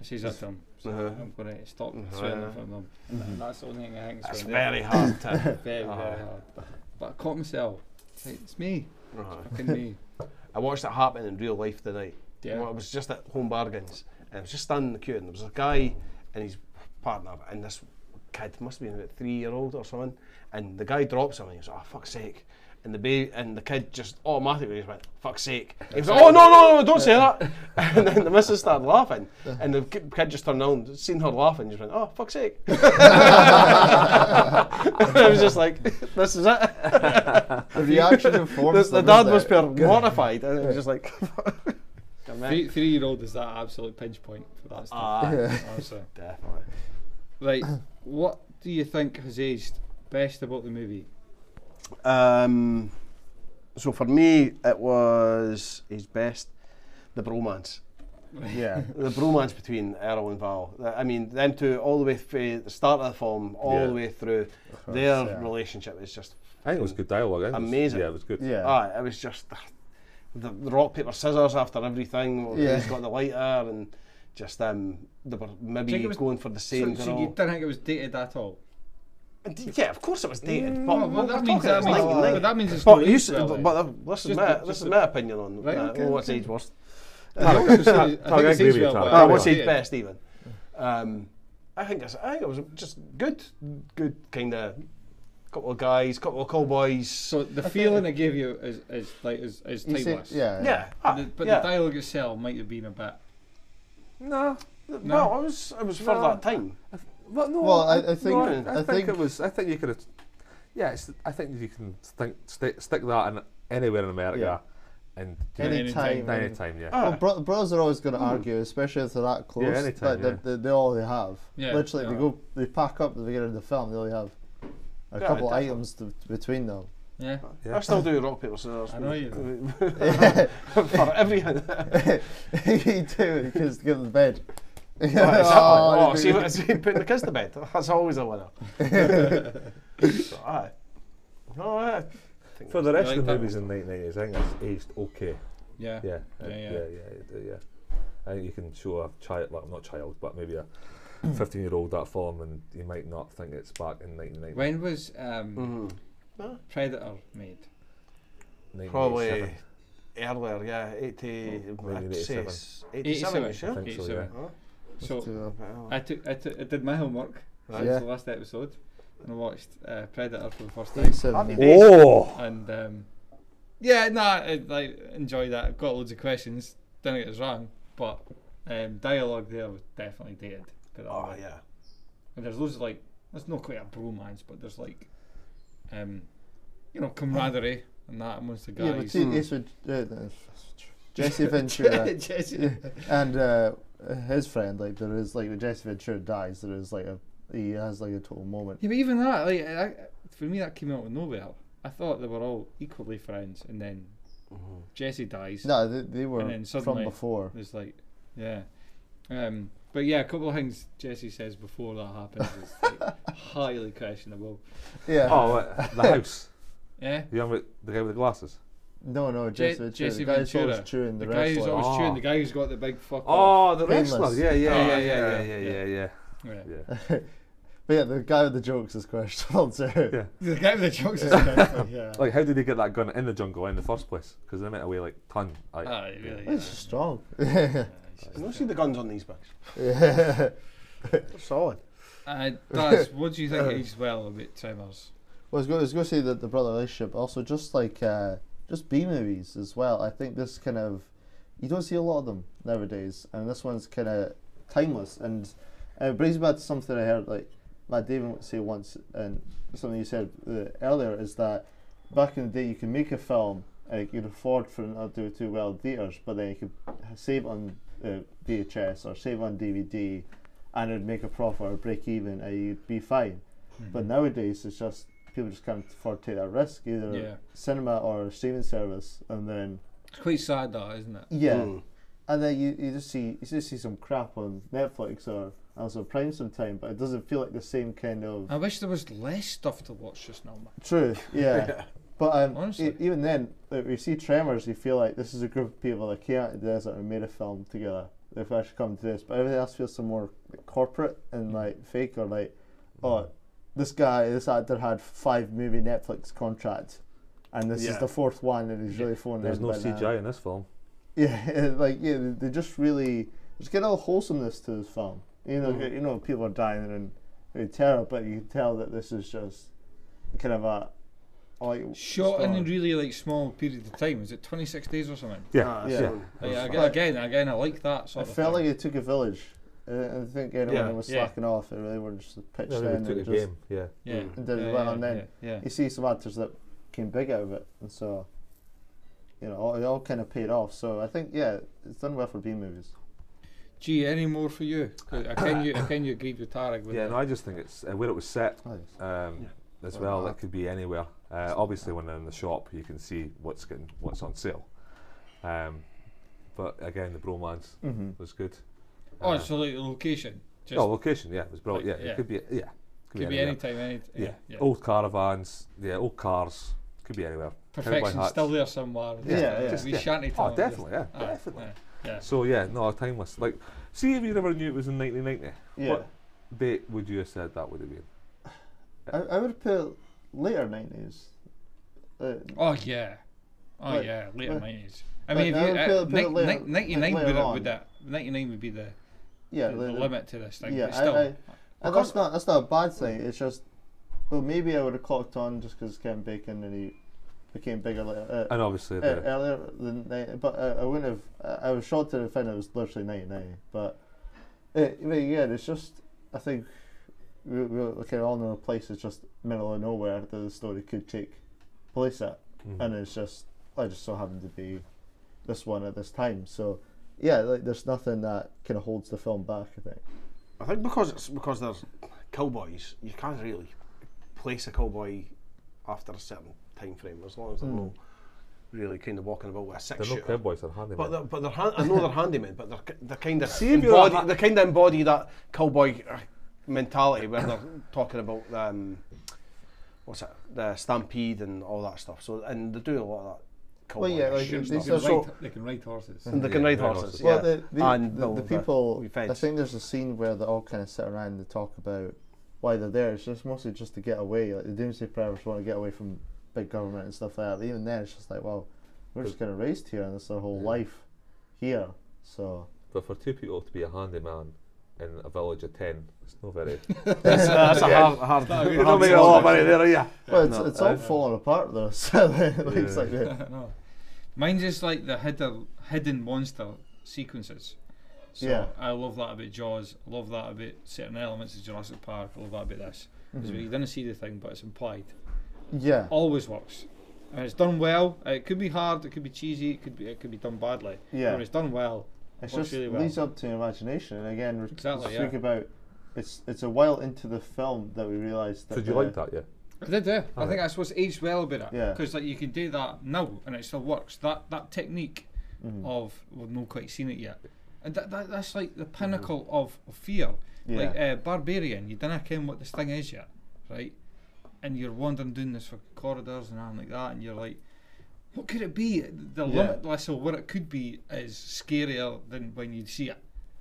I says that to him. So I'm going to stop swearing in front of him. And tha- That's the only thing I think is It's gonna do. very hard to. Very, very hard. But I caught myself. It's like, It's me. Fucking me. I watched it happen in real life tonight. Yeah. Well, I was just at Home Bargains and I was just standing in the queue and there was a guy and his partner and this kid must have been about three year old or something and the guy drops him and he was like, oh, fuck's sake. And the baby and the kid just automatically just went, fuck's sake. He was like, oh, no, no, no, don't say that. And then the missus started laughing and the ki- kid just turned around, seen her laughing, just went, oh, fuck's sake. I was just like, this is it. The reaction of form. the dad was per mortified and it was just like, Three, three year old is that absolute pinch point for that stuff. honestly. Ah, Definitely. Right. what do you think has aged best about the movie? Um, so for me, it was his best, the bromance. Yeah. The bromance between Errol and Val. Th- I mean, them two, all the way through the start of the film, all Yeah. the way through, their yeah. relationship is just. I think it was good dialogue. I think it was- Amazing. Yeah, it was good. Yeah. Ah, it was just the the rock, paper, scissors after everything. or Yeah. Who's got the lighter and just um, they were Do you think maybe it was- going for the same so, girl. so you don't think it was dated at all? D- Yeah, of course it was dated. but well, what that we're means- talking that is means- 1990. but that means it's But not you s- aged well, but, then. but, uh, this is Just- my just this is the- my opinion on Right, uh, okay, what's okay. Oh, aged worst. I think it's- I I think it's agree with aged you, Tarek. well, but Ah, I Uh, Right. what's think aged it- best even? Um, I think it's, I think it was just good, good kind of couple of guys, couple of cowboys. So the feeling it gave you is, is like is, is You see- timeless. yeah. yeah, uh, But ah, the, but yeah. the dialogue itself might have been a bit. No. no, I was I was for No. that time. Well, no, Well, I- I no, think- I, I think, think- it was. I think you could have. Yeah, it's, I think you can think, stick stick that in anywhere in America, and do you know, Any time. any time, yeah. Well, bro- bros are always Mm-hmm. going to argue, especially if they're that close. anytime, like, they- yeah. they, they, all they have. Yeah, Literally, they yeah. go, they pack up at the beginning of the film. They only have a Yeah, couple definitely. items to, between them. Yeah. Yeah. I still do rock paper scissors. I know you for everything. you do because to get in the bed. Oh, exactly. Oh, Oh, see, what- see, putting the kids to bed. That's always a winner. so, aye. No, I think For the rest like of the that? movies in the 1990s, I think it's aged okay. Yeah. Yeah, I- Yeah, yeah. yeah, yeah, yeah. I think you can show a child, like not child, but maybe a 15 year old that film, and you might not think it's back in 1990. When was um, Hmm. Predator made? probably earlier, yeah, 80, Maybe I'd say 87. it's 87, you 87. sure? think so, 87. yeah. So Yeah. I took, I took I did my homework. Right. Yeah. the last episode, and I watched uh, Predator for the first time. Eighty-seven. Oh! and um, yeah, no, I, I enjoyed that. I've got loads of questions. Don't think it was wrong, but um, dialogue there was definitely dated. Put it that Oh, way. yeah. And there's loads of like, there's not quite a bromance, but there's like um, you know, camaraderie and that amongst the Yeah, but guys. Hmm. see, it's with, uh, the- Jesse Ventura Jesse- Yeah, and uh, his friend. Like there is like when Jesse Ventura dies, there is like a he has like a total moment. Yeah, but even that, like, I, I- for me, that came out of nowhere. I thought they were all equally friends, and then Mm-hmm. Jesse dies. No, they- they were and then from suddenly before. There's like, yeah, um, but yeah, a couple of things Jesse says before that happens is like, highly questionable. Oh, uh, the house. Yeah. The, young, with- the guy with the glasses. No, no, Je- Jesse Ventura. the Jesse guy who's Ventura. always chewing the, ah. The guy who's wrestler. always chewing, the guy who's got the big fuck. Oh, Ah. off. the wrestler. Yeah, yeah, yeah, yeah, yeah, yeah, yeah. Yeah. but yeah, the guy with the jokes is questionable too. Yeah. The guy with the jokes is questionable. Yeah. Like, how did they get that gun in the jungle in the first place? Because they might away like ton. Like, Ah, it really It's strong. We'll see the guns on these bags. Yeah. They're solid. Uh, Daz, what do you think as well about Tremors? Well, I was going, I was going to say that the brother relationship, also just like uh, just B movies as well. I think this kind of you don't see a lot of them nowadays, and this one's kind of timeless. And uh, it brings me back to something I heard like Matt Damon would say once, and something you said uh, earlier is that back in the day you can make a film and you could afford for it not to do too well in theaters, but then you could save on uh, VHS or save on DVD, and it'd make a profit or break even, and you'd be fine. But Mhm. nowadays it's just people just can't afford to take that risk either Yeah. cinema or streaming service, and then It's quite sad, that isn't it? yeah, Hmm. and then you, you just see you just see some crap on Netflix or Amazon Prime sometime, but it doesn't feel like the same kind of I wish there was less stuff to watch just now. man. True. Yeah. But um, Honestly. e- even then, like, we see Tremors, you feel like this is a group of people that came out of the desert and made a film together. They've actually come to this, but everything else feels some more like, corporate and like fake or like, Hmm. oh, this guy, this actor had five movie Netflix contract, and this is Yeah. the fourth one, and he's really phoning There's no everybody out. CGI in this film. Yeah, like yeah, they- they just really just get all wholesomeness to this film. You know, Mm-hmm. you know, people are dying and in terror, but you can tell that this is just kind of a like Shot in a story. really like small period of time. Was it 26 days or something? Yeah, Ah, yeah. so- Like, aga- again, again, I like that sort I of felt thing. like it took a village. I I think anyone Yeah. who was Yeah. slacking off, they really were just pitched Yeah, in they and took just a game, yeah. Yeah. and did Yeah, it well. yeah, and then yeah, yeah. you see some actors that came big out of it, and so you know, all- it all kind of paid off. So I think yeah, it's done well for B movies. Gee, any more for you? I can you, I can you agreed with Tarek with Yeah, that. no, I just think it's uh, where it was set um, as Or well. not. It could be anywhere. Uh, obviously, when they're in the shop, you can see what's getting what's on sale. Um, but again, the bromance Mhm. was good. Oh, so like the location. Just uh, oh, location, yeah, it was brilliant. Like, yeah, yeah. it could be, yeah, Could be anywhere. any time, any t- yeah. Oh, yeah, yeah. old caravans, yeah, old cars, could be anywhere. Cowboy perfection hats. still there somewhere. Yeah, yeah, Just, uh, just, we yeah. shanty Oh, town, just- definitely, yeah, aye, definitely. Yeah. yeah. So yeah, no, timeless. Like, see if you never knew it was in 1990. Yeah. What date would you have said that would have been? I, I would put later nineties. Uh, Oh yeah. Oh Like- yeah, later like- nineties. I like, mean, if I you, would uh, feel a bit nin- later- nin- 99 like, would, later it- on. would that 99 would be the yeah, the, like the the- limit to this thing. Yeah, but still, I, I, and that's not that's not a bad thing. It's just, well, maybe I would have clocked on just because Ken Bacon and he became bigger later. Uh, And obviously uh, the- earlier than ni- but uh, I wouldn't have. I I was shocked to the fact that it was literally ninety nine. But uh, but yeah, it's just I think we we kind of all know a place that's just middle of nowhere that the story could take place at, Mhm. and it's just I just so happened to be this one at this time. So yeah, like there's nothing that kind of holds the film back. I think. I think because it's because they're cowboys, you can't really place a cowboy after a certain time frame as long as they're Mm. not really kind of walking about with a six They're shooter. not cowboys, they're handymen. But they're, but they're han- I know they're handymen, but they're ki- they're kind of See if you're a embody, ha- they kind of embody that cowboy uh, mentality where they're talking about um, what's it, the stampede and all that stuff. So and they do a lot of that. Cowboy Well, yeah, like, shooting they- they stuff. can So- ride- they can ride horses. Mm-hmm. And they can ride horses. Well, yeah. the, the, and the- build the a people, I fence. think there's a scene where they all kind of sit around and they talk about why they're there. It's just mostly just to get away. Like the Doomsday Preppers want to get away from big government and stuff like that. But even then, it's just like, well, we're just kind of raised here and it's our whole life here. So But for two people to be a handyman in a village of ten, it's not very. That's- that's a hard- hard- You're hard not making a lot of money decision. there, are you? Well, it's, No. it's all falling apart though. So it looks Yeah. like the, no. Mine's just like the hidden hidden monster sequences. So Yeah. I love that about Jaws. I love that about certain elements of Jurassic Park. I love that about this. 'Cause Mhm. You didn't see the thing, but it's implied. Yeah. always works. And it's done well. uh, It could be hard. It could be cheesy. It could be. It could be done badly. but Yeah. When it's done well. It's works just really well. leads up to imagination. And again, we Exactly, speak yeah. about it's it's a while into the film that we realised that. Did you the- like that? Yeah. I did, yeah. I Alright. think that's what's aged well about it. Yeah. Because like you can do that now and it still works. That that technique Mhm. of we've not quite seen it yet, and that, that that's like the pinnacle of, of fear. Like Mm-hmm. Yeah. uh, Barbarian, you don't ken what this thing is yet, right? And you're wandering down this fucking corridors and everything like that, and you're like, what could it be? The Yeah. limitless of what it could be is scarier than when you see it,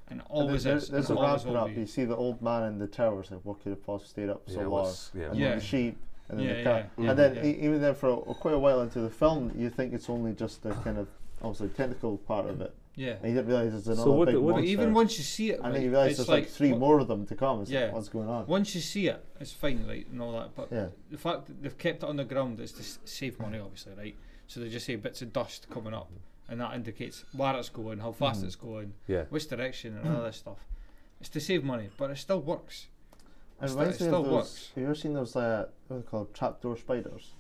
and And it always there- is. There's and a it always wrapping will up. be. You see the old man in the tower. It's like, what could have possibly stayed up so Yeah, long? what's- yeah, and then Yeah. the sheep, and then Yeah, the cat. yeah, yeah. And then Mhm. e- even then, for a, quite a while into the film, you think it's only just the kind of obviously technical part of it. Yeah. And you don't realise there's another what- big what- monster. But Even once you see it, and right, then you realise it's there's like, like, three what- more of them to come. It's Yeah. like, what's going on? Once you see it, it's fine, right, and all that. But Yeah. the fact that they've kept it on the ground is to s- save money, obviously, right? So they just say bits of dust coming up, and that indicates where it's going, how fast it's going, Yeah. which direction, and all this stuff. It's to save money, but it still works. It It's- reminds it me still of those. works. Have you ever seen those uh, what are they called trapdoor spiders?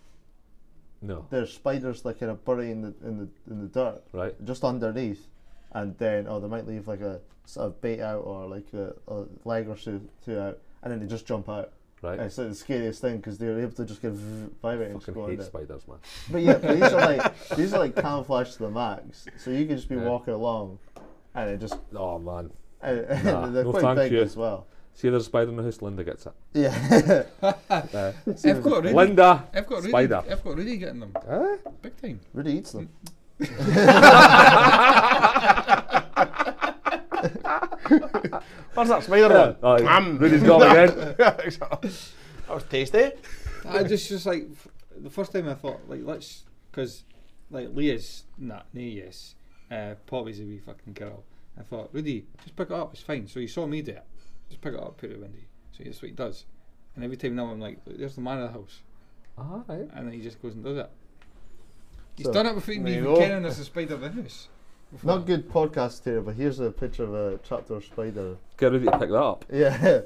No. There's spiders like kind of buried in the in the in the dirt, Right. just underneath, and then oh they might leave like a sort of bait out or like a, a leg or two, two out, and then they just jump out. Right. And it's like the scariest thing because they're able to just get vibrating. Fucking go hate under. spiders, man. But yeah, but these are like these are like camouflage to the max, so you can just be Yeah. walking along, and it just Oh man. and, and Nah, they're no quite thank big you. as well. See, there's a spider in the house. Linda gets it. Yeah. Uh, I've got Rudy. Linda. I've got Rudy. spider. I've got Rudy getting them. Eh? Big time. Really eats them. Where's that spider one? Oh, Mum. Rudy's got 'em again. that was tasty. I just just like f- the first time I thought like let's because like Leah's nah nee yes uh Poppy's a wee fucking girl I thought Rudy just pick it up it's fine so you saw me do it just pick it up put it in the windy so that's what he does and every time now I'm like "Look, there's the man of the house All right. and then he just goes and does it he's So, done it before me there you even go. Ken there's a spider in the house before. Not good podcast here, but here's a picture of a trapdoor spider. Get Rudy to pick that up. Yeah, kind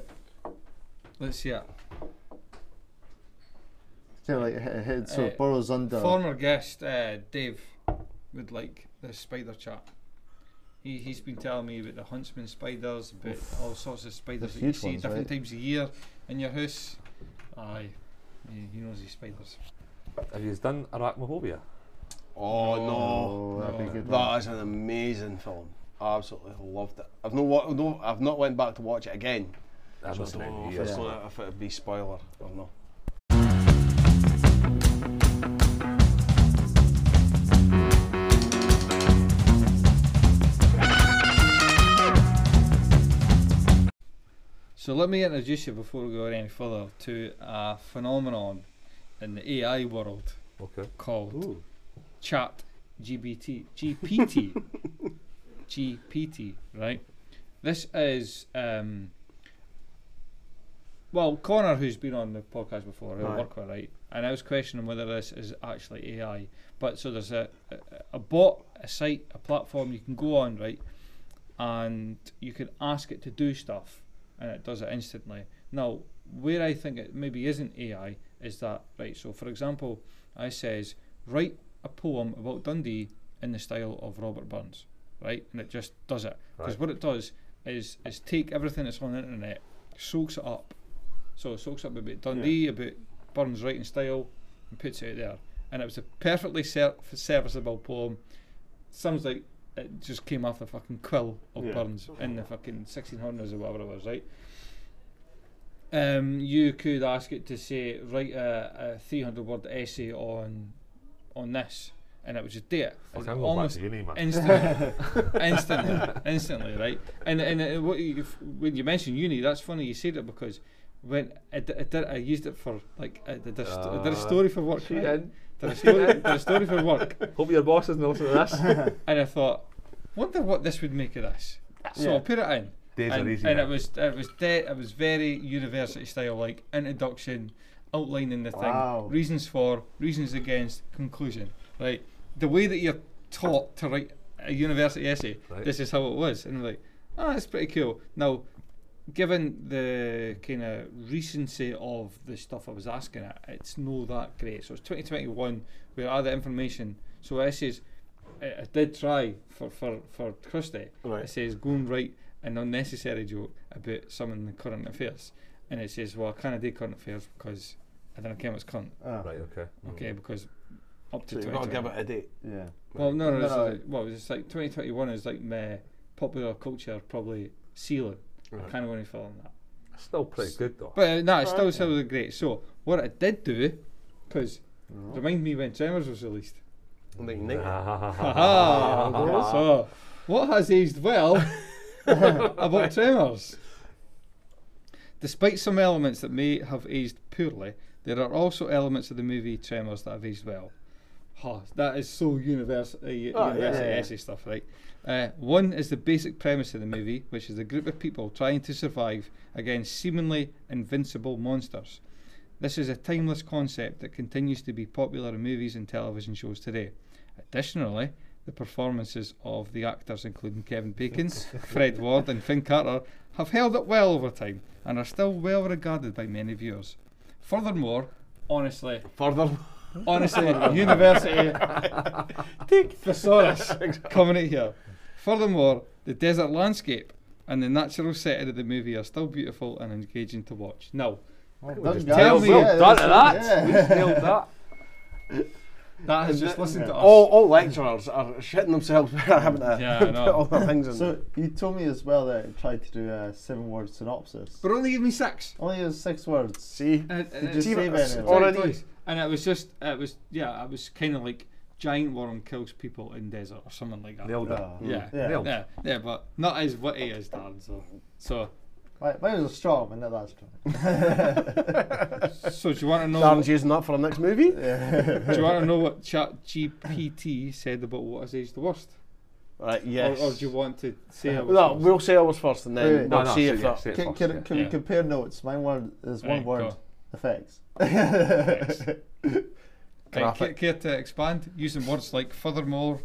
let's see it of like hit, hit, so Uh, it burrows under. former guest uh, Dave would like the spider chat. He, he's been telling me about the huntsman spiders, about all sorts of spiders that you huge see ones, different right? times of year in your house. Aye, he, he knows his spiders. Have you done arachnophobia? Oh no. oh, that'd be No. good. one. That is an amazing film. Absolutely loved it. I've not wa- no, I've not went back to watch it again. I So I must don't know know. if, Yes. it's gonna, if it'd be spoiler or not. So let me introduce you before we go any further to a phenomenon in the AI world Okay. called Chat GBT GPT GPT, right? This is um, well Connor, who's been on the podcast before, who I Aye. work with, right? And I was questioning whether this is actually AI, but so there's a a, a bot, a site, a platform you can go on, right? And you can ask it to do stuff, and it does it instantly. Now, where I think it maybe isn't AI is that right. So, for example, I says write a poem about Dundee in the style of Robert Burns, right? And it just does it because Right. what it does is is take everything that's on the internet, soaks it up, so it soaks up about Dundee, about Burns' writing style, and puts it out there. And it was a perfectly ser- serviceable poem. Sounds like it just came off the fucking quill of Yeah. Burns in the fucking 1600s or whatever it was, right? Um, you could ask it to say write a, a 300 word essay on on this, and it would just do it. Fuck, It's I'm going back almost to uni, man. Instantly, instantly, instantly, right? And and uh, what you, when you mentioned uni, that's funny you said it because when I, d- I, did, I used it for like I did a, st- I did a Ah, story for work. right? cheating. Did a story, did a story for work, Hope your boss isn't listening to this. and I thought, wonder what this would make of this. So I Yeah. put it in. Days are and, easy and now. it was it was de- it was very university style like introduction, outlining the Wow. thing, reasons for, reasons against, conclusion. Right, the way that you're taught to write a university essay, Right. this is how it was, and I'm like, ah, that's pretty cool. Now, given the kind of recency of the stuff I was asking at, it's no that great. So it's 2021 where other information. So it says, I, I did try for for for Krusty. Right. It says go and write an unnecessary joke about some in the current affairs, and it says, well, I can't do current affairs because I don't care what's current. Ah. Right, okay. Okay, because up to Mm. So you've got to give 2020. it a date. Yeah. Well, no, no, No, it's no. Like, well, it's like 2021 is like my popular culture probably ceiling. I Right. kind of want to fill in that. Still pretty good though. But uh, no, it still sounded great. So what I did do, because Mm-hmm. remind me when Tremors was released. Like, night- Aha! so what has aged well about Tremors? Despite some elements that may have aged poorly, there are also elements of the movie Tremors that have aged well. Huh, that is so univers- uh, u- Oh, yeah, university yeah, yeah. essay stuff, right? Uh, one is the basic premise of the movie, which is a group of people trying to survive against seemingly invincible monsters. This is a timeless concept that continues to be popular in movies and television shows today. Additionally, the performances of the actors, including Kevin Bacon, Fred Ward, and Finn Carter, have held up well over time and are still well regarded by many viewers. Furthermore, honestly, Further. honestly, university Take thesaurus coming out here. Furthermore, the desert landscape and the natural setting of the movie are still beautiful and engaging to watch. Now, Well Well, done, just guys. tell me- Yeah, Well done to that's- that. yeah. We've nailed that. that has just listened to us. All, all lecturers are shitting themselves having to Yeah, I put know. all their things in. So you told me as well that I tried to do a seven-word synopsis. But only give me six. Only has six words. See? And, and Did you it's- see save it's any of on it? a- Sorry, already- guys. And it was just, it was, yeah, it was kind of like giant worm kills people in desert or something like that. Nailed it. Ah. Yeah, Yeah. yeah, Nailed. yeah, but not as witty as Dan. So, so, Right, mine was strong, but not that strong. so do you want to know? Darren's using that for the next movie. do you want to know what Chat GPT said about what has aged the worst? Right, yes. Or, or do you want to say it was No, worse? we'll say ours first and then Wait, wait. we'll No, no, see say if it, that. say it can first, can, yeah. can Yeah. we compare notes? Mine word is one Right, word. go. Effects. Right, Graphic. Care, care to expand using words like furthermore,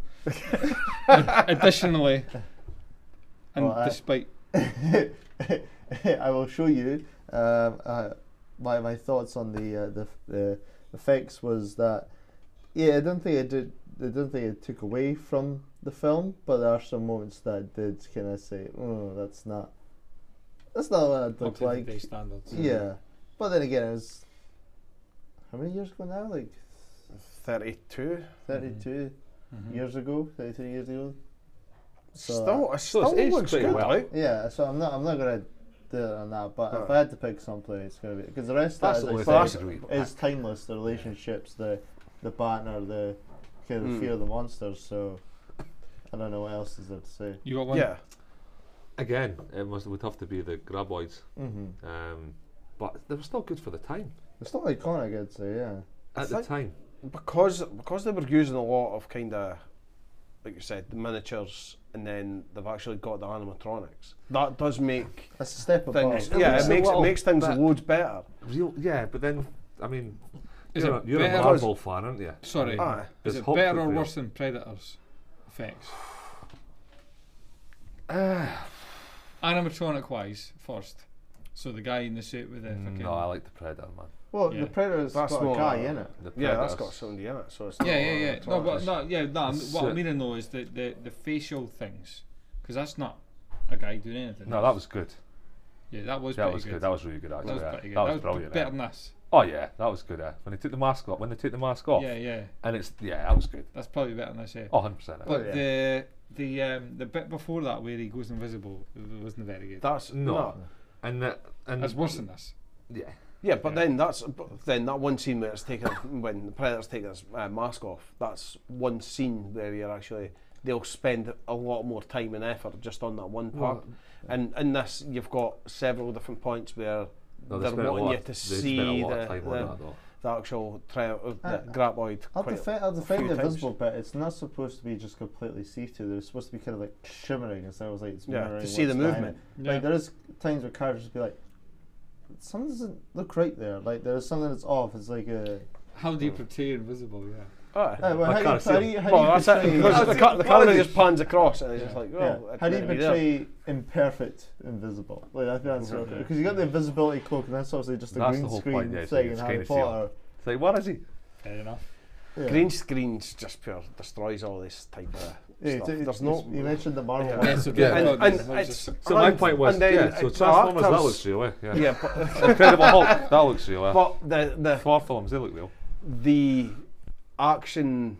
ad- additionally, and Well, I- despite. I will show you. Um, uh, my my thoughts on the uh, the the effects was that yeah, I don't think it did. I don't think it took away from the film, but there are some moments that did kind of say, "Oh, that's not, that's not what it up looked to like." today's standards. Yeah, but then again, it was how many years ago now? Like 32. 32 Mm-hmm. years ago, 33 years ago. So, uh, Still, it it's still aged looks pretty good, well. right? Yeah, so I'm not I'm not gonna do it on that, but if Alright. I had to pick something, it's gonna be because the rest That's of the that only is, thing I like, could agree with. is timeless. The relationships, the the banter, the kind of Hmm. fear of the monsters. So I don't know what else is there to say. You got one? Yeah. Again, it must would have to be the graboids. Mm-hmm. Um, but they were still good for the time. It's not iconic, I'd say. Yeah. At the think- time. Because because they were using a lot of kind of, like you said, the miniatures and then they've actually got the animatronics. That does make That's a step above. things, yeah, it's it a makes, it little makes things bit- loads better. Real, yeah, but then, I mean, Is you're, it a, you're a better- Marvel fan, aren't you? Sorry. Aye. Is There's it hope better that or they- worse than Predators effects? Ah. Animatronic wise, first. So the guy in the suit with the fucking. Mm, No, I like the Predator, man. Well, Yeah. the Predator's That's got more- uh, a guy in it. The Yeah, that's Predators. got somebody in it, so it's yeah, not yeah, yeah. No, but animatronics. no, yeah, no. I'm, what So- I'm meaning though is the, the, the facial things, because that's not a guy doing anything. No, that was good. yeah, that was That pretty was good. good. That was really good, actually. That was yeah. pretty good. That was brilliant. better yeah. than this. Oh yeah, that was good. Eh? When they took the mask off, when they took the mask off, Yeah, yeah. and it's yeah, that was good. That's probably better than this. Yeah. Oh, 100 percent. But the the um, the bit before that where he goes invisible w- wasn't very good. That's No, no. and the, and That's worse than this. yeah, Yeah, but then that's but then that one scene where it's taken when the predator's taking his uh, mask off. That's one scene where you're actually they'll spend a lot more time and effort just on that one part. Well, and in this, you've got several different points where no, they they're spent a wanting lot. you they to spent see a lot the, of time on that the, though. the actual tri- uh, Uh, the graboid. I'll quite- defend, I'll defend few the times. invisible bit. It's not supposed to be just completely see-through. They're supposed to be kind of like shimmering instead of like it's Yeah, to mirroring see the what's behind movement. it. Like there is times where characters be like, something doesn't look right there. Like there's something that's off. It's like a How do you portray invisible? Yeah. Aye. Aye, I well, how do you- can't see uh, how him. do you- how do Well, you that's it. portray- Because the, ca- the camera Apologies. just pans across and it's just like, well, Yeah. it's how do you meant to be there. portray imperfect invisible? Like I think that's Mhm. what- because you got the invisibility cloak, and that's obviously just a That's the green whole screen point, yeah, so you thing in just Harry kinda see it. Potter. It's like, what is he? Fair enough. Yeah. Green screens just pure destroys all this type of Yeah, stuff. it's- it's- There's no. you mentioned the Marvel Yeah. one. Yeah, so And- yeah. and- Yeah. and So it's- just- So my and- point was, and then yeah, so it's Transformers, that actors- looks real, eh? Yeah. yeah but- Incredible Hulk, that looks real, eh? But the the Thor films, they look real. the action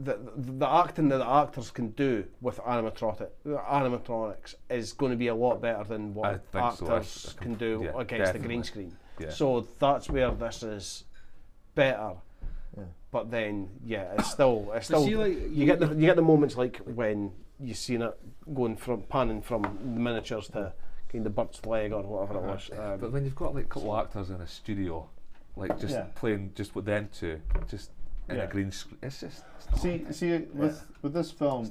the, the, the acting that the actors can do with animatronic, animatronics is going to be a lot better than I what think actors so, I- I com- can do yeah, against the definitely. green screen. Yeah. So that's where this is better. But then, yeah, it's still, it's But still. see, like, you get the you get the moments like when you've seen it going from panning from the miniatures to kind of bird's leg or whatever it was. Um, Uh-huh. but when you've got like a couple of actors in a studio, like just Yeah. playing just with them two, just in Yeah. a green screen, it's just it's See, see, with with this film,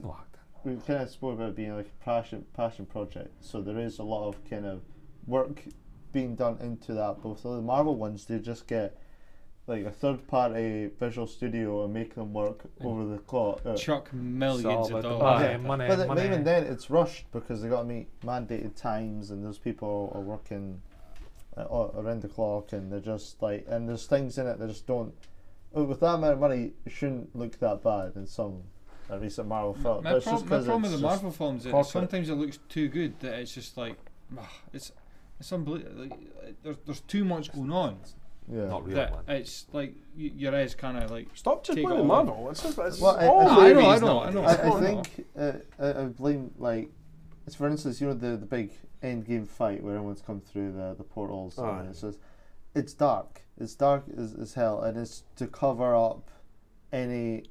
we kind of spoke about being like a passion passion project. So there is a lot of kind of work being done into that. Both of the Marvel ones, they just get like a third party visual studio and make them work over the clock. uh, Chuck millions Solid the of dollars. money, money, but th- money. even then, it's rushed because they got to meet mandated times, and those people are working uh, a- around the clock, and they're just like, and there's things in it that just don't. uh, With that amount of money, it shouldn't look that bad in some uh, recent Marvel film. My, but it's prob- just my 'cause problem it's with the just Marvel films is that corporate. sometimes it looks too good that it's just like, ah, it's it's unbelievable. Like, uh, there's, there's too much going on. Yeah. Not real, that It's like y- your eyes kind of like stop just take it blaming all in. Marvel. It's just- it's Well, I- all No, Oh, I know, I movies know, I nowadays. know. I, I Oh, no. think uh, I, I blame like it's for instance you know the the big end game fight where everyone's come through the the portals Aye. Oh, and it's just it's dark it's dark as, as hell and it's to cover up any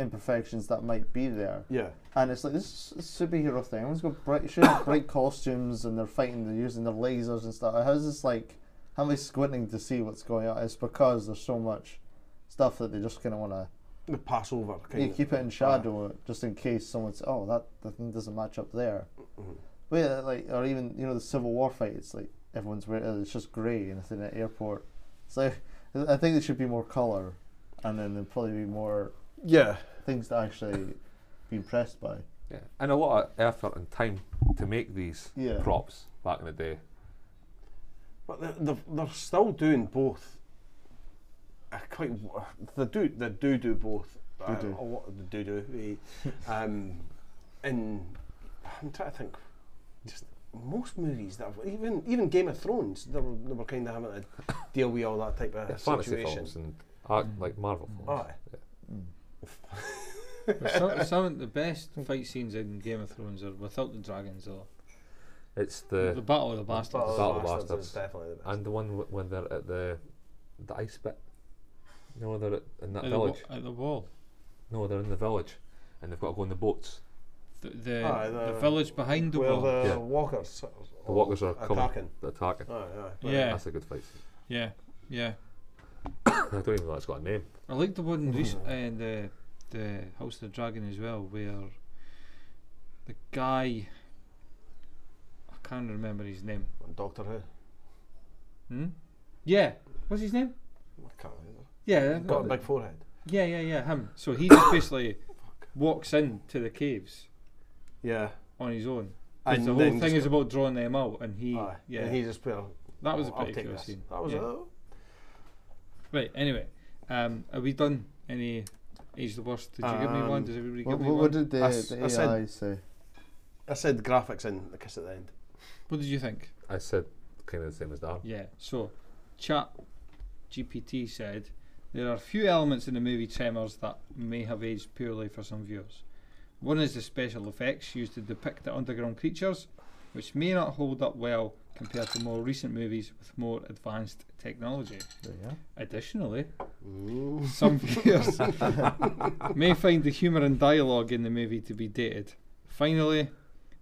imperfections that might be there Yeah. and it's like this is a superhero thing everyone's got bright should have bright costumes and they're fighting they're using their lasers and stuff how's this like how am I squinting to see what's going on it's because there's so much stuff that they just kind of want to the Passover. Kind you of. keep it in shadow just in case someone's oh that, that thing doesn't match up there. But yeah, like or even you know the Civil War fight. It's like everyone's wearing it's just grey and it's in an airport. It's like I think there should be more color, and then there'd probably be more Yeah. things to actually be impressed by. Yeah, and a lot of effort and time to make these Yeah. props back in the day. But they're, they're, they're still doing both. I quite w- they do they do do both. Uh, Do do. a lot of the do do. um, and I'm trying to think. Just most movies that have, even even Game of Thrones they were, they were kind of having to deal with all that type of Yeah, fantasy situation. Ah. films and art, like Marvel films. Aye. But some, some of the best fight scenes in Game of Thrones are without the dragons, though. It's the The Battle of the Bastards. Battle of the Battle of the Bastards, Bastards is definitely the best. and the one w- when they're at the the ice bit. You know, when they're at, in that At the, wa- village. at the wall. No, they're in the village, and they've got to go on the boats. The, the, Aye, the, village behind the where wall. the Yeah. walkers. The walkers are coming. Oh, attacking. They're attacking. Aye, aye. Yeah. That's a good fight. scene. Yeah, yeah. I don't even know it's got a name. I like the one recent and uh, the the House of the Dragon as well, where the guy I can't remember his name. Doctor Who. Hmm. Yeah. What's his name? I can't remember. Yeah. Got a big forehead. Yeah, yeah, yeah. Him. So he just basically walks into the caves Yeah. on his own. 'Cause And the then whole thing just is about drawing them out, and he. Aye. Yeah. And he just put. a- that was a "Oh, I'll pretty take cool this." scene. That was yeah. it. Right. Anyway, um, are we done? Any age the worst? Did you give me one? Um, Does everybody What, give me what, one? what did the, I s- the I said- AI say? I said graphics in the kiss at the end. What did you think? I said kind of the same as Darren. Yeah. So, Chat GPT said there are a few elements in the movie Tremors that may have aged poorly for some viewers. One is the special effects used to depict the underground creatures, which may not hold up well compared to more recent movies with more advanced technology. Additionally, some viewers may find the humour and dialogue in the movie to be dated. Finally,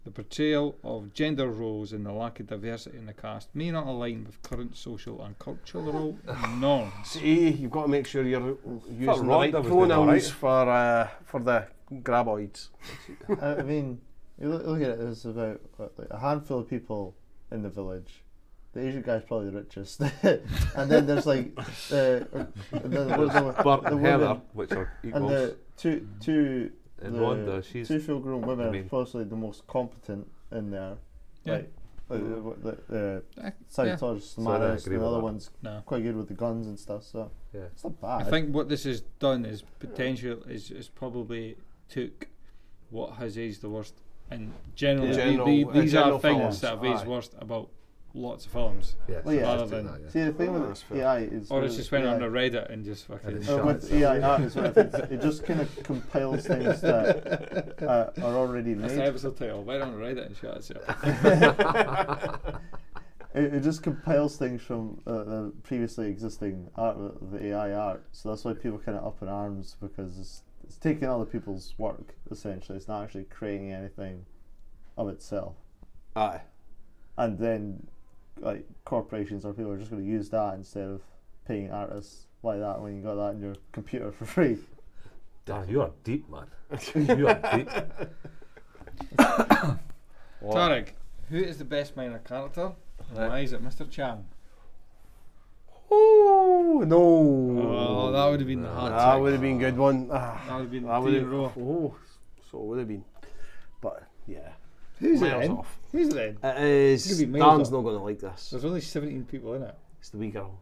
the portrayal of gender roles and the lack of diversity in the cast may not align with current social and cultural norms. See, you've got to make sure you're using the Rhonda right was doing all pronouns right. for uh, for the graboids. I, I mean, you look, look at it. There's about what, like a handful of people in the village, The Asian guy's probably the richest. and then there's like the, and then there's the, Bert the and women, Heather, which are and equals. the two two And the Rhonda, she's two full grown women the are main- possibly the most competent in there. Yeah. Like, like the, what the, the Eh, yeah. Saitors, So I don't Maris, agree and the with other that. one's No. quite good with the guns and stuff. So Yeah. it's not bad. I think what this has done is potential is, is probably took what has aged the worst and generally Yeah. the- the- General- uh, these general are things films, that have aged aye. worst about lots of films. Yeah, Well, yeah. so it's Other doing that, See yeah. the thing Oh, that's with fair. AI is Or with it's just went AI on the Reddit and just fucking And Uh, shot with itself. AI art as well, I think it just kind of compiles things that uh, are already That's the made. episode title. Went on Reddit and shot itself. It, it just compiles things from uh, the previously existing art, with the AI art. So that's why people kind of up in arms because it's, it's taking other people's work essentially. It's not actually creating anything of itself. Aye. And then, like corporations or people are just going to use that instead of paying artists like that when you got that in your computer for free. Damn, you are deep, man. you are deep. Tarek, who is the best minor character? And Why is it Mr. Chang? Oh no! Oh, that would have been the hard that would have been a good one. Ah, That would have been that would the have raw. Oh, so it would have been. But yeah, Who's it Miles then? off. Who's it then? It is. It's gonna be Dan's Maelstrom. not going to like this. There's only 17 people in it. It's the wee girl.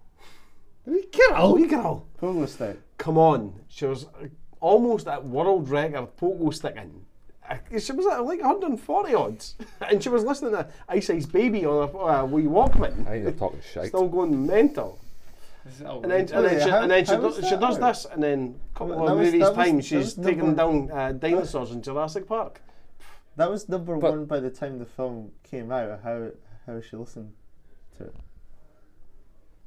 We girl? Wee girl. Pogo stick. Come on, she was uh, almost at world record pogo sticking. Uh, She was at like 140 odds, and she was listening to Ice Ice Baby on a uh, wee Walkman. I think you're talking shite. Still going mental. And then, and then, Wait, she, how- and then she, how is do, she that does out? this, and then a couple That of was- movies' that was- time, that she's was taking number- down uh, dinosaurs in Jurassic Park. That was number But- one by the time the film came out. How how she listened to it.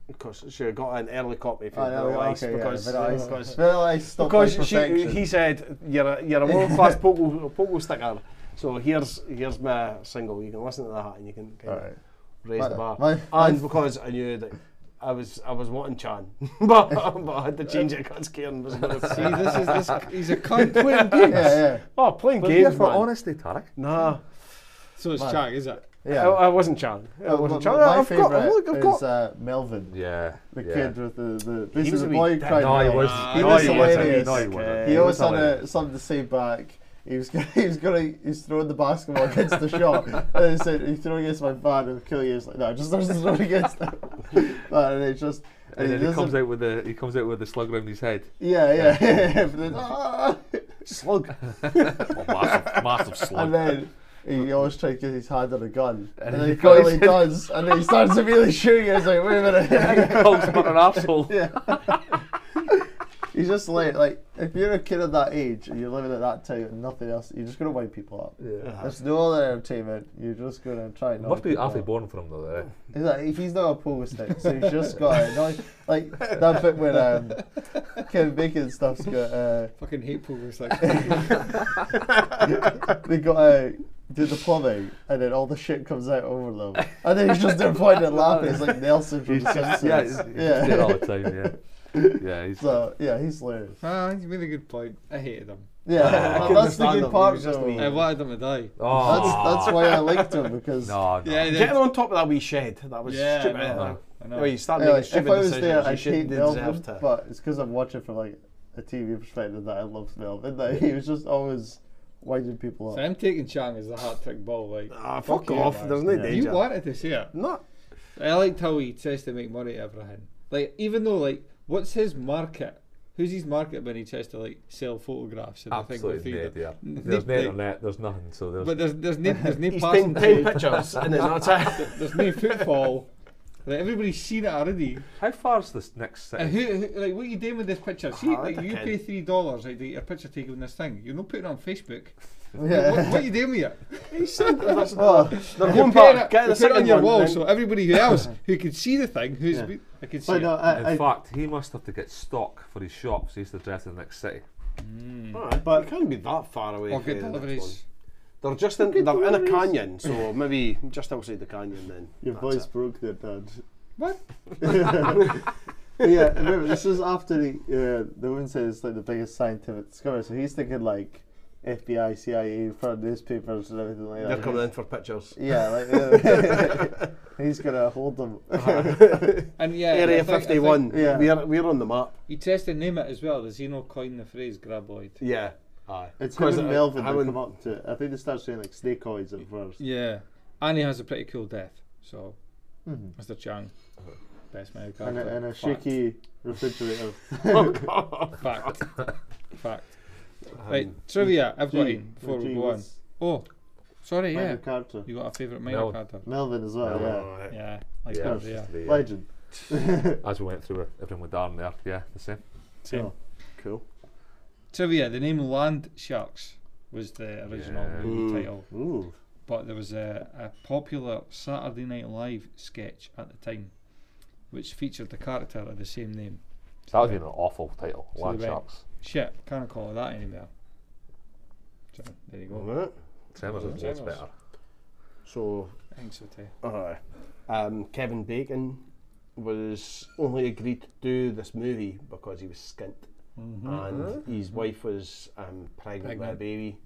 Because she got an early copy from I know, Vanilla okay, Ice Oh, yeah, because, Vanilla Ice. because, Vanilla Ice stopped because by she, perfection. he said, you're a, you're a world-class pogo, pogo sticker, so here's here's my single, you can listen to that and you can kind of Alright. raise My- the bar. my- my- and because I knew that I was I was wanting Chan, but, but I had to change it because Kieran was going See, to this is this. He's a cunt playing games. Yeah, Oh, playing We're here games, for man. honesty, Tarek. Nah, So it's Chang, is it? yeah, yeah. Oh, I, I wasn't Chan. I Uh, wasn't my- Chan. my I've got, favourite look, I've got is uh, Melvin, Yeah. the yeah. kid with the the. This was is a a wee boy dick. cried. No, he wolf. was. Ah, He no, was he wasn't. hilarious. No, he wasn't. He always was had hilarious. a, something to say back. He was gonna, he was gonna he's throwing the basketball against the shot, and then he said he's throwing against my van and kill you. He's like no, just starts throwing against it. but and it just And then he doesn't- comes out with the he comes out with the slug round his head. Yeah, yeah. But then, "Ah." slug. Oh, massive, massive slug. and then he always tries to get his hand on a gun, and, then then he he finally goes- does, and then he starts immediately shooting. I was like, wait a minute. comes but an asshole. yeah. He's just like, like if you're a kid of that age and you're living at that time and nothing else, you're just gonna wind people up. There's no other entertainment. You're just gonna try. and Must annoy be people awfully up. born for him though. Eh? He's like, if he's not a pogo stick, so he's just got to annoy, like that bit when um, Kevin Bacon and stuff's got. Uh, Fucking hateful. It's like. they got to do the plumbing, and then all the shit comes out over them. And then he's just there pointing and laughing. It's like Nelson from He's The just, yeah, he's, he's just Simpsons. there Yeah. all the time. Yeah, yeah. He's, So yeah, he's hilarious. Ah, you made a good point. I hated him. Ah, Uh, Yeah, I well, can that's the understand good him, part he's just though. a wee- I wanted him to die. That's oh, that's why I liked him because no, no. Yeah, Getting on top of that wee shed, that was Yeah, I stupid. know, I know. Well, you start yeah, making like, if I stupid was decisions, there, you I'd hate shouldn't deserve Melvin, to. but it's because I'm watching from like a TV perspective that I love Melvin. That he was just always winding people up. So I'm taking Chang as the hat trick ball. Like, ah, fuck, you, off, man. there's no danger. You wanted to see it. No. I liked how he tries to make money out of everything. Like, even though, like, what's his market? Who's his market when he tries to like sell photographs and I absolutely dead. think Yeah, N- there's like- no internet. There's nothing. So there's. But there's there's no there's no He's passing taken 10 through, pictures and then that's it. there's no footfall. Like everybody's seen it already. how far is this next city? And who, who like what are you doing with this picture? See, Ah, like what a you kid. pay three dollars like, to get your picture taken with this thing. You're not putting it on Facebook. Yeah. What, what are you doing with it? He said that that's- Oh. They're You're going putting back, it, get you're the putting it on second your one, wall then- so everybody who else who could see the thing, who's Yeah. we I could see. But it. no, In I, I, fact, he must have to get stock for his shop, so he has to drive to the next city. Alright, But- it can't be Oh, that far away. or for the get next one. deliveries. They're just Oh, in, they're in a canyon, so maybe just outside the canyon then. your That's voice it. broke there, Dad. What? yeah, remember this is after the uh, the woman says it's like the biggest scientific discovery. So he's thinking like FBI, CIA for newspapers and everything like They're that. coming in for pictures. Yeah, like, he's gonna hold them. And yeah, I Area think- I think- 51. Yeah. We're, we're on the map. He tries to name it as well. Does he not coin the phrase graboid? Yeah. Aye. It's him Because and I- Melvin I that wouldn't- come up to it. I think they start saying like snakeoids at first. Yeah. And he has a pretty cool death. So, Mhm. Mr. Chang, best man And a, and a shaky refrigerator. Fact. Fact. Um, right, trivia. I've got G. in before G we go on. was Oh, sorry, Magna yeah. Carta. You got a favourite Magna Melvin. Carta? Melvin as well, Melvin, yeah. Yeah, like Yeah, that, yeah. it's the, uh, Legend. As we went through everything with Darren there, yeah, the same. Same. Cool. Trivia. The name Land Sharks was the original Yeah. movie Mm. title. Ooh. But there was a, a popular Saturday Night Live sketch at the time which featured the character of the same name. So that would be an awful title, So Land they went, Sharks. Shit, can't call it that anymore. So, there you go. Right. Tremors is Tremors. much better. So, I think so too. aye. Um, Kevin Bacon was only agreed to do this movie because he was skint. And his wife was um, pregnant, with a Pregnant. baby.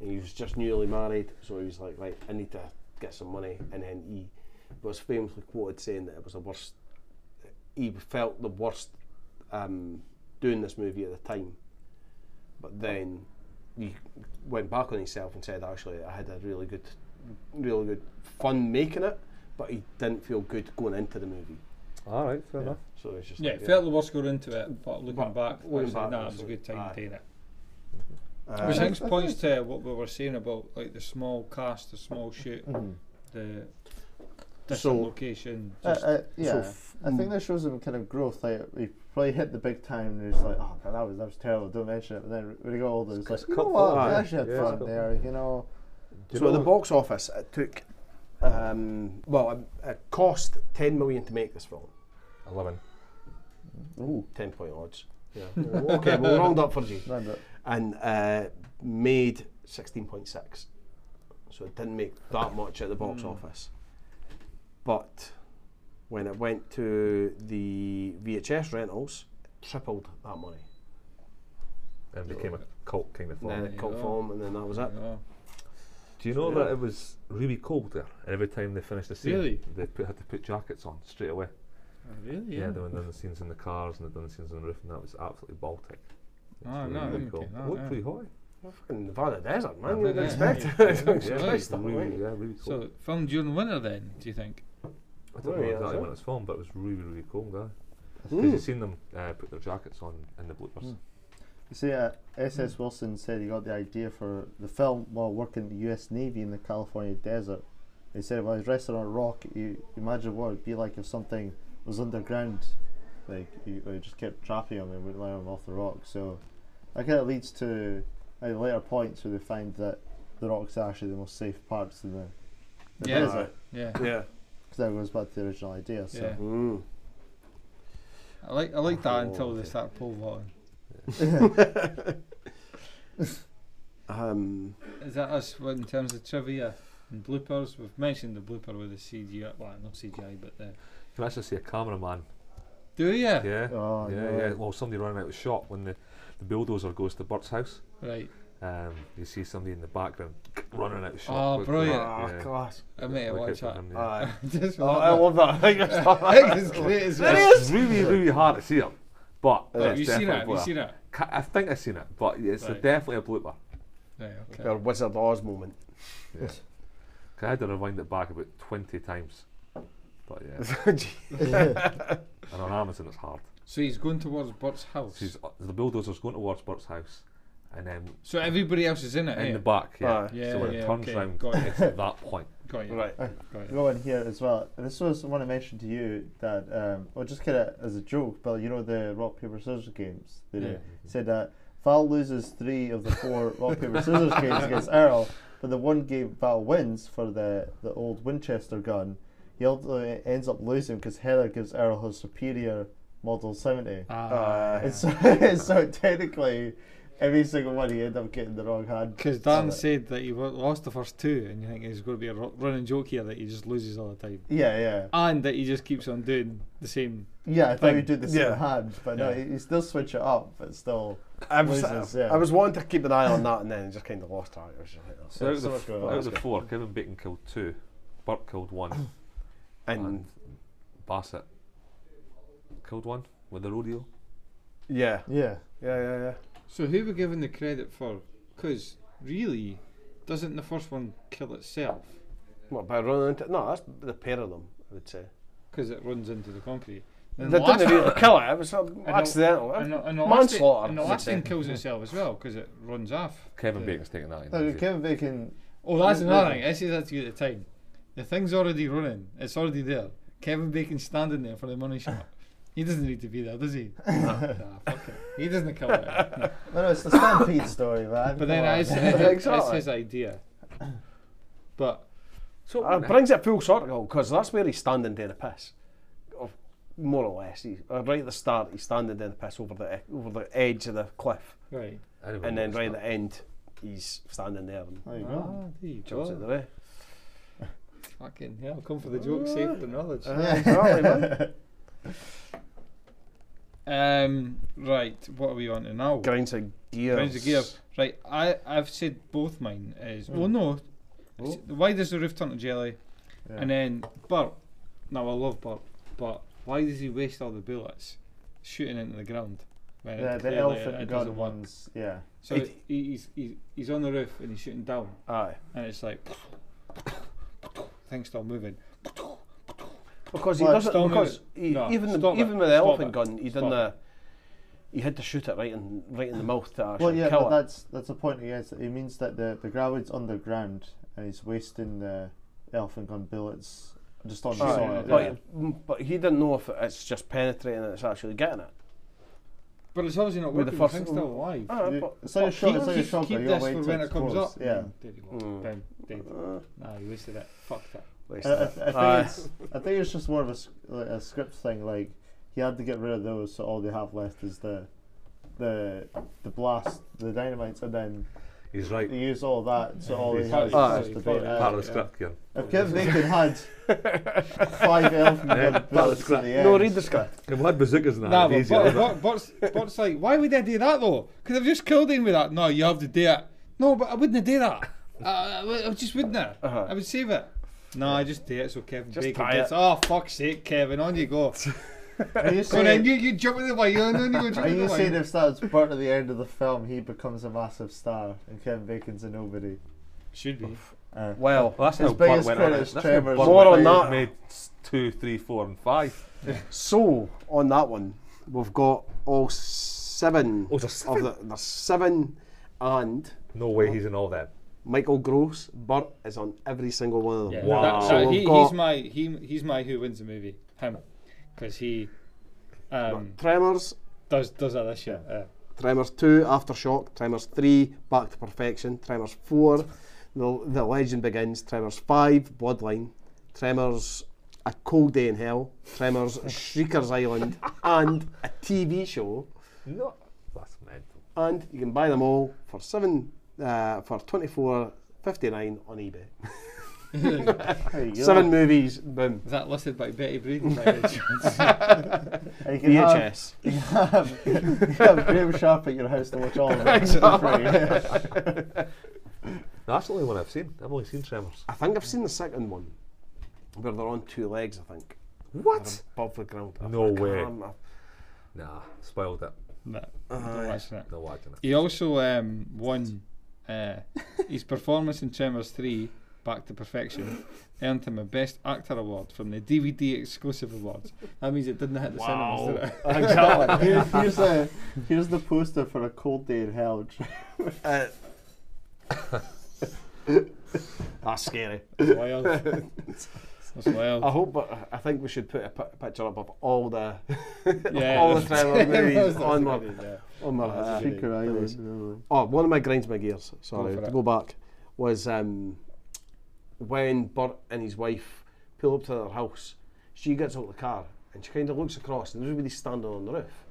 And he was just newly married, so he was like, right, I need to get some money. And then he was famously quoted saying that it was the worst, he felt the worst um, doing this movie at the time. But then he went back on himself and said, actually, I had a really good, really good fun making it, but he didn't feel good going into the movie. All right, fair enough. So it's just Yeah, like, felt the worst going into it, but looking But back, looking actually, back, nah, it it's was a like, good time aye. to do it. Uh, Which I think points to what we were saying about like the small cast, the small shoot, the different So- location. Uh, Just, uh, yeah, f- I think that shows him kind of growth. Like he probably hit the big time, and he's like, "Oh, man, that was that was terrible. Don't mention it." But then when he got older, he's like, "You know cut what? for We it. actually had Yeah, it's fun cut there." You know, you So know the what- box office it took, um, well, um, it cost ten million to make this film. 11. ooh, Ten point odds. Yeah. okay, we'll round up for you. round it. And uh, made sixteen point six. So it didn't make that much at the box office. But when it went to the VHS rentals, it tripled that money. And became a cult kind of Then film. it you caught go. form, and then that was it. you know. Do you know Yeah. that it was really cold there? And every time they finished the scene, Really? they put, had to put jackets on straight away. really? Yeah, Yeah. they were done the scenes in the cars and they done the scenes on the roof, and that was absolutely Baltic. It's Ah, no, I didn't get that, Looked yeah. pretty high. Fucking Nevada desert, man. Yeah, You would yeah, expect. yeah. I don't Yeah, expect it's stuff really, like yeah, really cold. So filmed during winter then? Do you think? I don't Oh, know yeah, exactly so- when it was filmed, but it was really, really cold there. Because Mm. you've seen them uh, put their jackets on in the bloopers. You see, uh, S.S. Wilson said he got the idea for the film while working in the U.S. Navy in the California desert. He said while he's resting on a rock, you imagine what it'd be like if something was underground. Like, he, like, just kept trapping him and wouldn't let him off the rock. So that kind of leads to like, later points where they find that the rocks are actually the most safe parts of the, the Yeah. desert. Yeah. Yeah. Because that goes back to the original idea. So. Yeah. Mm. I like I like that until they start pole vaulting. Um, Is that us what, in terms of trivia and bloopers? We've mentioned the blooper with the CGI. Well, not CGI, but the. You can actually see a cameraman. Do you? Yeah. Oh, yeah, no. yeah. Well, somebody running out of shot when the, the bulldozer goes to Bert's house. Right. Um, you see somebody in the background running out of shot. Oh, quickly. brilliant. Ah, class. I may Look out watch for that. him, yeah. Aye. Just Oh, love I that. love that. I think it's I think it's great as well. Ah. It's really, really hard to see him. But Have you seen it? Have you seen it? I think I've seen it, but it's a- Right. definitely a blooper. Right, okay. Your Wizard Oz moment. Yeah. I had to rewind it back about 20 times. But yeah. and on Amazon, it's hard. So he's going towards Bert's house. She's, uh, the bulldozer's going towards Bert's house, and then so everybody else is in it. eh? in the back, yeah. Aye. Yeah, so when yeah, it turns okay, round, got it. it's at that point. Got you. Right. Got you. go in here as well. This was one I mentioned to you that, um, well, just kind of as a joke, but you know the rock paper scissors games. They do. Yeah. said that Val loses three of the four rock paper scissors games against Earl, but the one game Val wins for the the old Winchester gun, he ultimately ends up losing because Heather gives Earl uh, her superior model seventy. Ah, And so, so technically, Every single one he ended up getting the wrong hand. Uh, Because Dan said that he wa- lost the first two, and you think it's going to be a ru- running joke here that he just loses all the time. Yeah, yeah. And that he just keeps on doing the same. Yeah, I thought thing. he did the same hand, but no, he, he still switch it up, but still I was, uh, loses. I, yeah. was wanting to keep an eye on that and then just kind of lost track. It was just like, oh, So out of the, much f- going on. out of the four, Kevin Bacon killed two, Burke killed one, and, Bassett killed one with the rodeo. Yeah. Yeah. Yeah, yeah, yeah. So who were given the credit for? Because really, doesn't the first one kill itself? What, by running into No, that's the pair of them, I would say. Because it runs into the concrete. And They the last didn't really one- kill it, it was uh, And the- accidental. And the, and the last thing- Manslaughter. And the I would last say. thing kills itself as well because it runs off. Kevin the- Bacon's taking that. in, No, is he? Kevin Bacon. Oh, that's No, another no. thing. I see that to you at the time. The thing's already running. It's already there. Kevin Bacon's standing there for the money shot. He doesn't need to be there, does he? nah, fuck it. He doesn't kill it. No. No, no, it's the Stampede story, man. But then it's, it's, it's his idea. But so Uh, it brings it full circle because that's where he's standing down the piss, or more or less. He, uh, right at the start, he's standing down the piss over the e- over the edge of the cliff, Right. I didn't and then notice right at that. the end, he's standing there and There you go. Ah, there you jumps out the go. way. Fucking hell, come for the joke, save for the knowledge. Yeah, exactly, man. Um, right, what are we on to now? Grinds of gears. Grinds of gears. Right, I, I've said both mine is. Well, Mm. no. it's- Why does the roof turn to jelly? Yeah. And then Bert. Now, I love Bert, but why does he waste all the bullets shooting into the ground? when it Yeah, the clearly elephant gun it doesn't work? ones. Yeah. So It- he, he's, he's, he's on the roof and he's shooting down. Aye. And it's like. Things still moving. Because he Well, doesn't. stop Because it. he, No, even the, stop it. even with the Stop elephant it. gun, he Stop didn't. it. Uh, he had to shoot it right in right in the mouth to actually Well, yeah, kill but it. that's that's the point. He has. It means that the the gravity's underground and he's wasting the elephant gun bullets just on the Aye, soil. but, yeah. mm, but he didn't know if it's just penetrating and it's actually getting it. But it's obviously not With the working. The first thing's still alive. Aye, You- but- it's like a but shot. he- It's like a Uh, keep, shotgun. keep you this wait for till when it's it comes close. up. Yeah. There you go. Mm. Bam, dead. Uh, Nah, you wasted it. Fucked it. wasted I, I, I it. think Aye. it's, I think it's just more of a, s- like a script thing. Like he had to get rid of those, so all they have left is the the the blast, the dynamites, and then He's right. they use all that. So all they He's have is right. just the He's right. Part of bayonet. the script here. If Kevin Bacon had five elephant gun bullets at the end, No, read the script. If we had bazookas and that, Nah, it'd be but, easier. but, wouldn't it? but, but's, but's like, why would I do that though? Because I've just killed him with that. No, you have to do it. No, but I wouldn't do that. I, I, would- I just wouldn't. it. Uh-huh. I would save it. No, I just do it so Kevin Just Bacon tie gets. it. Oh fuck's sake, Kevin! On you go. Are you So then saying, you, you jump in the way, and then you go jump are in the you saying way. if that's part of the end of the film, he becomes a massive star and Kevin Bacon's a nobody? Should be. Uh, Well, Well, that's His how Burt biggest went on credit is it. That's how Trevor's Burt More went on on it. that. Made s- two, three, four, and five. So on that one, we've got all seven. Oh, there's seven? Of the, there's seven, and No way he's in all them. Michael Gross, Burt is on every single one of them. Wow. So That- that- Oh, we've he, he's got- my he, he's my who wins the movie. Him, because he um, Tremors, does does all this shit. Uh, Tremors two, Aftershock, Tremors three, Back to Perfection, Tremors four, the, the Legend Begins, Tremors five, Bloodline, Tremors, A Cold Day in Hell, Tremors, Shrieker's Island, and a TV show. No, that's mental. and you can buy them all for seven uh, for twenty four fifty nine on eBay. there you go. Seven movies, boom. is that listed by Betty Breeden? by any chance? And you can have- VHS. You have, you have Graham Sharp at your house to watch all of it. Exactly. No, that's the only one I've seen. I've only seen Tremors. I think I've seen the second one, where they're on two legs. I think What? above the ground. I No think I way. am. I- Um, Nah, spoiled it. no, don't watch that. No watching it. He also um, won uh, his performance in Tremors 3, Back to Perfection, earned him a Best Actor award from the DVD Exclusive Awards. That means it didn't hit the cinemas, did it? Here- here's, a, here's the poster for A Cold Day in Hell. Uh, That's scary. That's wild. That's wild. I hope, but I think we should put a pi- picture up of all the Yeah, all the that's- Tremor movies that's a on my good idea. on my. uh, Shaker Island. Oh, one of my grinds my gears. Sorry, for to it. go back was um, when Bert and his wife pull up to their house. She gets out of the car and she kind of looks across, and everybody's standing on the roof,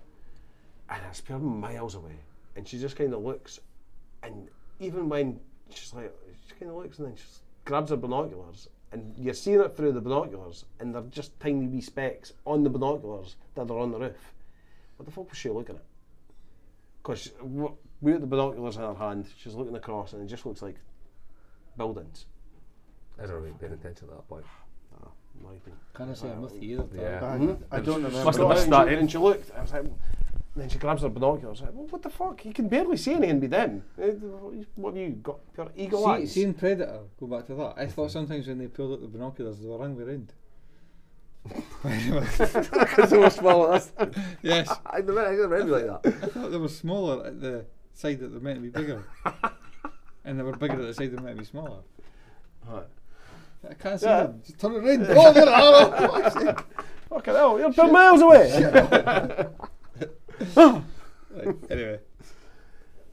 and it's pure miles away. and she just kind of looks, and even when she's like, she kind of looks and then she just grabs her binoculars, and you're seeing it through the binoculars, and they're just tiny wee specks on the binoculars that are on the roof. What the fuck was she looking at? Because we had the binoculars in her hand, she's looking across, and it just looks like buildings. I don't really pay attention at that point. Can I say I'm with you? Yeah. Mhm. I don't remember. Must have that. missed that. And she looked. I was like, then she grabs her binoculars. Like, well, what the fuck? You can barely see anything with them. Eh, What have you got? Your eagle See, eyes. Seeing Predator, go back to that. I thought sometimes when they pulled out the binoculars, they were wrong way round. Because they were smaller. yes. I never, I never remember like that. I thought they were smaller at the side that they're meant to be bigger, and they were bigger at the side they're meant to be smaller. Right. I can't see Yeah. them. Just turn around. Oh, there they are. Oh, fuck's sake. Fucking hell, you're 10 miles away. Shit. Right, anyway.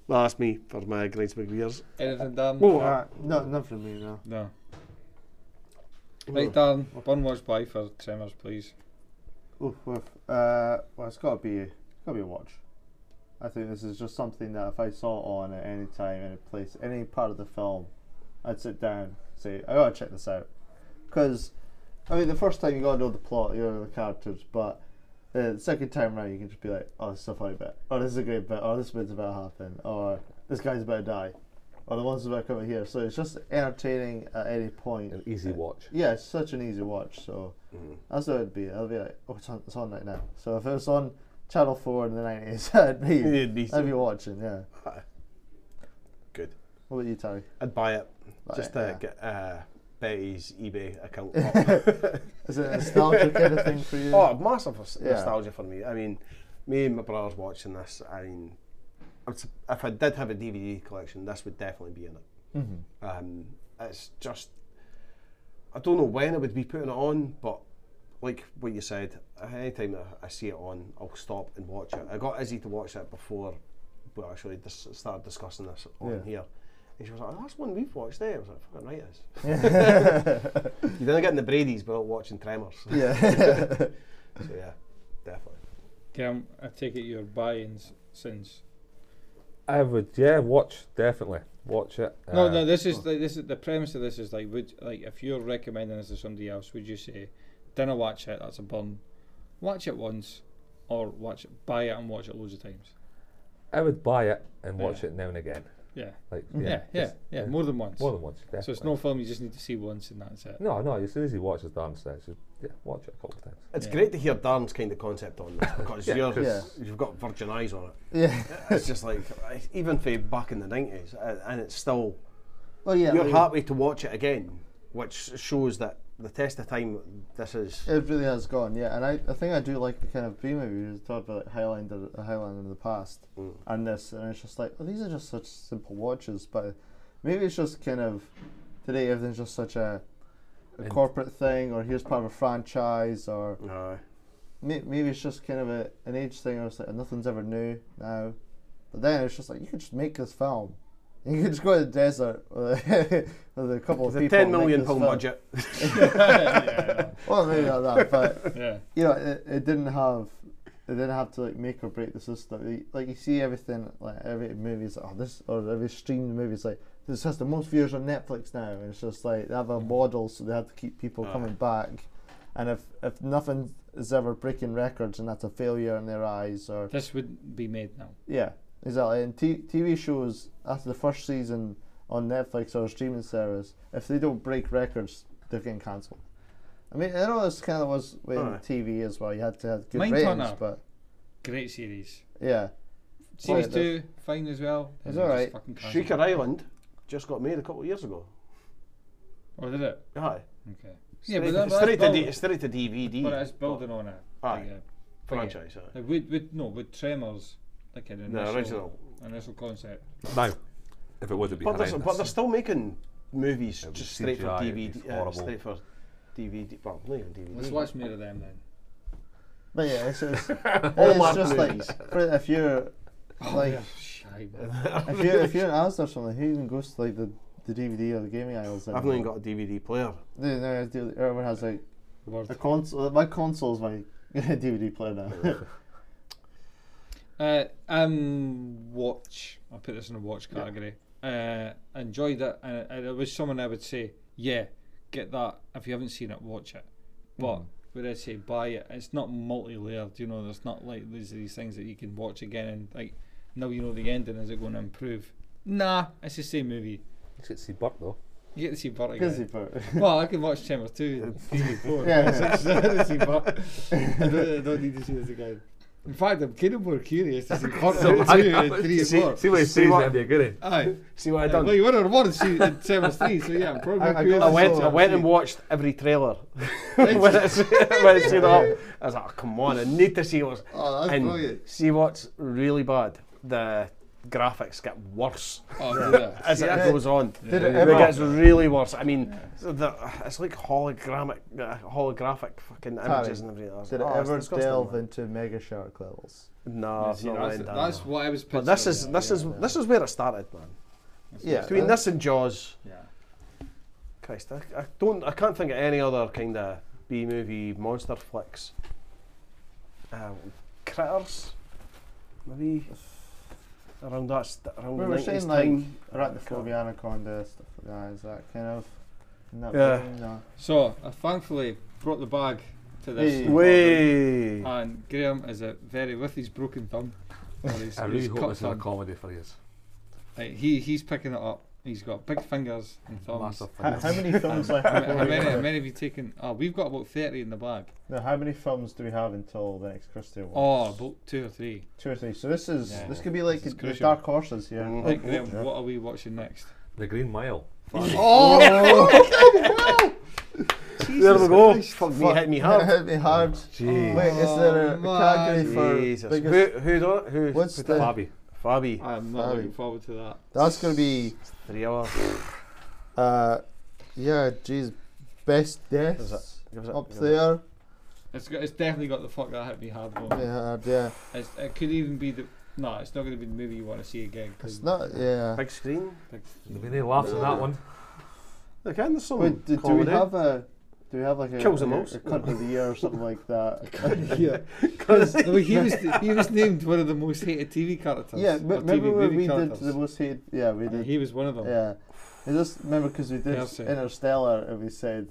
Well, that's me for my Grinds McGreers. Anything, Dan? Well, Uh, no, not for me, no. No. Right, Dan. One watch by for Tremors, please. Oof, oof. Uh, well, it's got to be, got to be a watch. I think this is just something that if I saw on at any time, any place, any part of the film, I'd sit down, say, I gotta check this out, because, I mean, the first time you gotta know the plot, you gotta know the characters, but uh, the second time around, you can just be like, oh, this is a funny bit, oh, this is a great bit, oh, this bit's about to happen, or this guy's about to die, or the one's about to come in here. So it's just entertaining at any point. An easy watch. Yeah, it's such an easy watch. So Mm-hmm. that's what it'd be. I'd be like, oh, it's on, it's on right now. So if it was on Channel Four in the nineties, You'd I'd be be, I'd be seeing- watching. Yeah. Good. What about you, Terry? I'd buy it. Buy just it, to yeah. get uh, Betty's eBay account up. Is it a nostalgic kind of thing for you? Oh, massive nos- Yeah. nostalgia for me. I mean, me and my brother's watching this. I mean, I would s- if I did have a DVD collection, this would definitely be in it. Mhm. Um, it's just, I don't know when I would be putting it on, but like what you said, anytime that I see it on, I'll stop and watch it. I got Izzy to watch it before we actually dis- started discussing this on Yeah. here. And she was like, oh, that's one we've watched there. I was like, fucking right it is. you didn't get in the Brady's without watching Tremors. Yeah. so yeah, definitely. Cam, I take it you're buying s- since. I would, yeah, watch, definitely. Watch it. no, uh, no. This is like, this is the premise of this is like would like if you're recommending this to somebody else, would you say, "Don't watch it. That's a bum. Watch it once, or watch it, buy it and watch it loads of times." I would buy it and watch Yeah. it now and again. Yeah. Like, yeah, yeah. yeah, yeah, just- More than once. More than once, definitely. So it's no film you just need to see once and that's it. No, no, as soon as you watch, as Dan says, just, yeah, watch it a couple of times. It's great to hear Darren's kind of concept on this because Yeah, you're, 'cause- you've got virgin eyes on it. Yeah. it's just like I- even for back in the nineties, uh, and it's still. Well, yeah, You're like- happy to watch it again, which shows that the test of time. This is. It really has gone, yeah. And I, I think I do like the kind of B movie we talked about, like Highlander, Highlander in the past, Mm. and this, and it's just like, oh, these are just such simple watches, but maybe it's just kind of today everything's just such a, a corporate thing, or here's part of a franchise, or uh, may, maybe it's just kind of a, an age thing, or it's like nothing's ever new now. But then it's just like you could just make this film. You could just go to the desert with a, with a couple of It's a people. ten and make million this pound film. budget. Well, maybe not that, but Yeah. you know, it, it didn't have it didn't have to like make or break the system. You- Like you see everything, like every movie's like, oh this or every streamed movie's like this has the most viewers on Netflix now, and it's just like they have a model, so they have to keep people Aye. coming back. And if if nothing is ever breaking records, and that's a failure in their eyes, or This would be made now. yeah, exactly. And t- TV shows after the first season on Netflix or a streaming service, if they don't break records, they're getting cancelled. I mean, I know this kind of was with Aye. TV as well. You had to have good Mindhunter. ratings, but Great series. yeah, Series Well, two, fine as well. It's and just alright. fucking cancel it. Shrieker Island just got made a couple of years ago. Oh, did it? Aye. Okay. Straight, but that- but that's straight, to building- D, straight to DVD. But it's building on a Aye. like a- like a- Franchise, aye. Like with, with no with Tremors, like an No, initial, original. initial concept. Now, if it would have been But they're, but they're horrendous. still making movies was just straight for CGI, it'd be DVD. Uh, horrible. straight for DVD. Well, not even DVD. Let's watch more of them then. but yeah, it's just, Hallmark it's just movies. like for- if you're Oh, like yeah, shy, man. if you if you're an artist or something, who even goes to like the, the DVD or the gaming aisles? I've not even got a DVD player. No, no, I do- everyone has like a console. My console's my DVD player now. Uh, um, watch. I put this in the watch category. Uh, enjoyed it, and it, and it was someone I would say, yeah, get that. If you haven't seen it, watch it. But would I say buy it? It's not multi-layered. You know, there's not like these these things that you can watch again and like now you know the ending. Is it going to improve? Nah, it's the same movie. You get to see Burt though. You get to see Burt Get to again. see Burt. well, I can watch Chambers 2 and Fury 4. Yeah. It's like, I don't see Burt. I don't, I don't need to see this again. In fact, I'm kind of more curious to see Burt So, than I- 2 and I- 3 and see- 4. see what he says, that'd be a goodie. Aye. See what I Uh, done? Well, you would have wanted to see uh, Chambers 3, so yeah, I'm probably I, curious. I to went, see I went and Chambers watched every trailer when it's when it's set up. I was like, oh, come on, I need to see what's Oh, that's and brilliant. see what's really bad. The graphics get worse Oh, do they? as See, it I- goes on. Did it it ever- gets really worse. I mean, so the, it's like holographic, uh, holographic fucking images and everything. I was Did it like, oh, it's ever disgusting, delve man. into mega shark levels? No, it's not that's- lying down. that's what I was But this picturing, is this is this is where I started, man. Yeah, Between uh, this and Jaws. Yeah. Christ, I, I don't I can't think of any other kind of B movie monster flicks. Uh, critters, maybe around that st- around We the were nineties saying like time. Arachnophobia, Anaconda, stuff like that. Is that kind of? in that uh, Yeah. vein? No. So I thankfully brought the bag to this. Hey. recording, Way. Ah, And Graham is a very with his broken thumb. or his- I really his hope cut this is a thumb, comedy for you. like, he he's picking it up. He's got big fingers and thumbs. Massive How- how many thumbs And left How, before how we many? go? How many have you taken? Oh, we've got about thirty in the bag. Now, how many films do we have until the next Christie Oh, Awards? about two or three. two or three. So this is Yeah. this could be like This is the crucial. Oh. Dark Horses here. Right, Graham, what are we watching next? The Green Mile. Oh, there we go. Fuck me, Fuck, hit me hard. Hit me hard. Jeez. Wait, is there a category for Jesus. Who, biggest? who, do- who What's put the- Ah. that? Fabi. Fabi. I'm not looking forward to that. That's gonna be Three hours. uh, yeah, geez, best Give deaths us it, give us it, up give us it. there. It's got, it's definitely got the fuck that hit me hard one. Yeah, hard, yeah. It's, it could even be the no. It's not going to be the movie you want to see again. 'cause It's not. Yeah. Big screen. There'll be no laughs in that one. Look, and there's some oh, Wait, do, do we comedy. have a? Do we have like a, Kills a, them a, most. cunt of the year or something like that? yeah, because he was he was named one of the most hated TV characters. yeah, or m- TV remember when movie we did characters. the most hated? Yeah, we And did. he was one of them. Yeah, I just remember because we did Percy. Interstellar and we said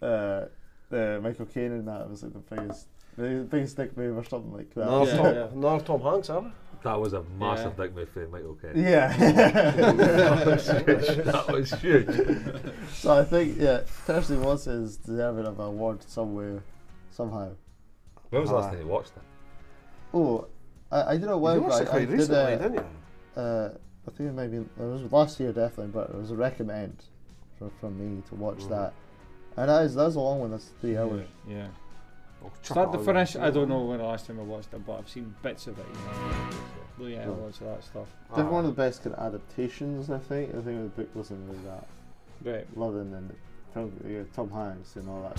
uh, uh, Michael Caine in that was like the biggest, the biggest dick move or something like that. Another, Yeah, Tom, yeah. another Tom Hanks, are That was a massive dick move for Michael Caine. Yeah. that was huge. so I think yeah, Thursday was is deserving of an award somewhere, somehow. When was the last time you watched it? Oh, I, I don't know why. you watched but it I- quite I did, recently, uh, didn't you? uh, I think it might be it was last year definitely, but it was a recommend from, from me to watch that. And that is that's a long one. That's three hours. yeah. Oh, chuck Start it to all finish, in. I don't know when the last time I watched it, but I've seen bits of it. You know. Yeah, I watch that stuff. They're one of the best kind of adaptations, I think. I think the book wasn't really that Right. loving and Tom, yeah, Tom Hanks and all that.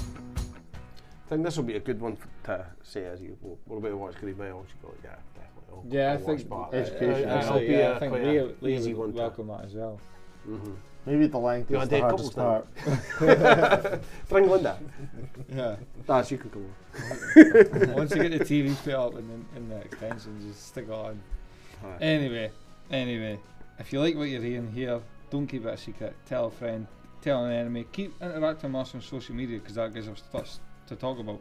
I think this will be a good one f- to say as you well, we're about to watch Green Mile. She'll go, yeah, definitely. I'll, Yeah, I I'll think watch I- I- that. Education. I- It'll actually, be yeah, a- I think quite a Leah, Leah easy would one to- Mm-hmm. welcome that as well. Maybe the length You're is a the dead hardest couple part. Bring Linda. Yeah. That's you can come on. Once you get the TV put up and then in the extension, just stick it on. Aye. Anyway, anyway, if you like what you're hearing here, don't keep it a secret. Tell a friend, tell an enemy. Keep interacting with us on social media because that gives us stuff to talk about.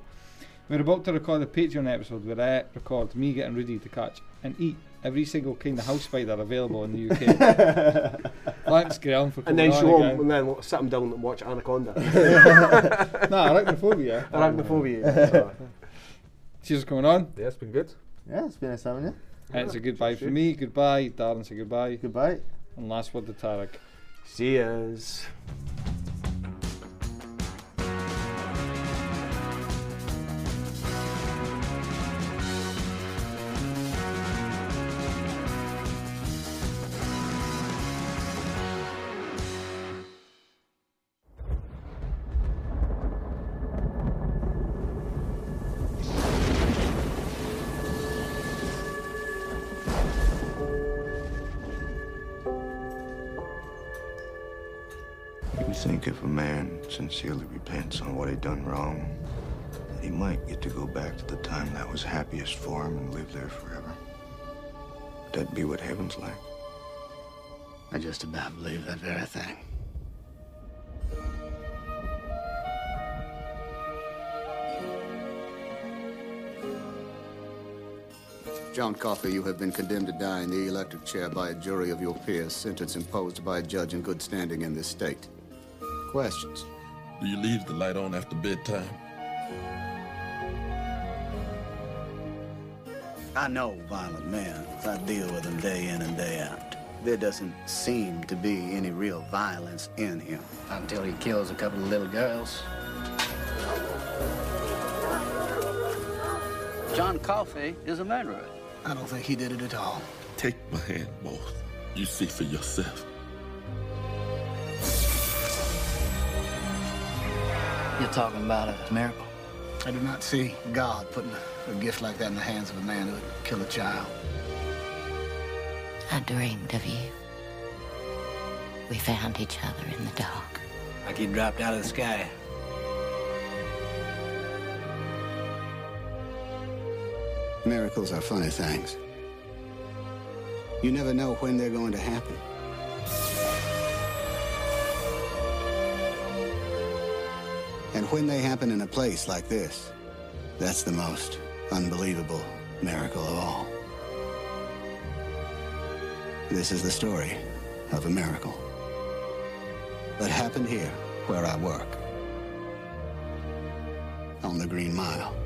We're about to record a Patreon episode where I record me getting ready to catch and eat every single kind of house spider available in the UK. Thanks, Graham, for And coming then on show him, again. and then we'll sit him down and watch Anaconda. Nah, arachnophobia. Arachnophobia. sorry. Cheers for coming on. Yeah, it's been good. Yeah, it's been nice having you. It's a goodbye for me. Goodbye, Darren. Say goodbye. Goodbye. And last word to Tarek. See yous. You would think if a man sincerely repents on what he'd done wrong, that he might get to go back to the time that was happiest for him and live there forever. that be what heaven's like? I just about believe that very thing. John Coffey, you have been condemned to die in the electric chair by a jury of your peers, sentence imposed by a judge in good standing in this state. Questions? Do you leave the light on after bedtime? I know violent men. 'cause I deal with them day in and day out. There doesn't seem to be any real violence in him. Until he kills a couple of little girls. John Coffey is a murderer. I don't think he did it at all. Take my hand, both. You see for yourself. You're talking about a miracle. I do not see God putting a, a gift like that in the hands of a man who would kill a child. I dreamed of you. We found each other in the dark. Like he dropped out of the sky. Miracles are funny things. You never know when they're going to happen. And when they happen in a place like this, that's the most unbelievable miracle of all. This is the story of a miracle that happened here where I work on the Green Mile.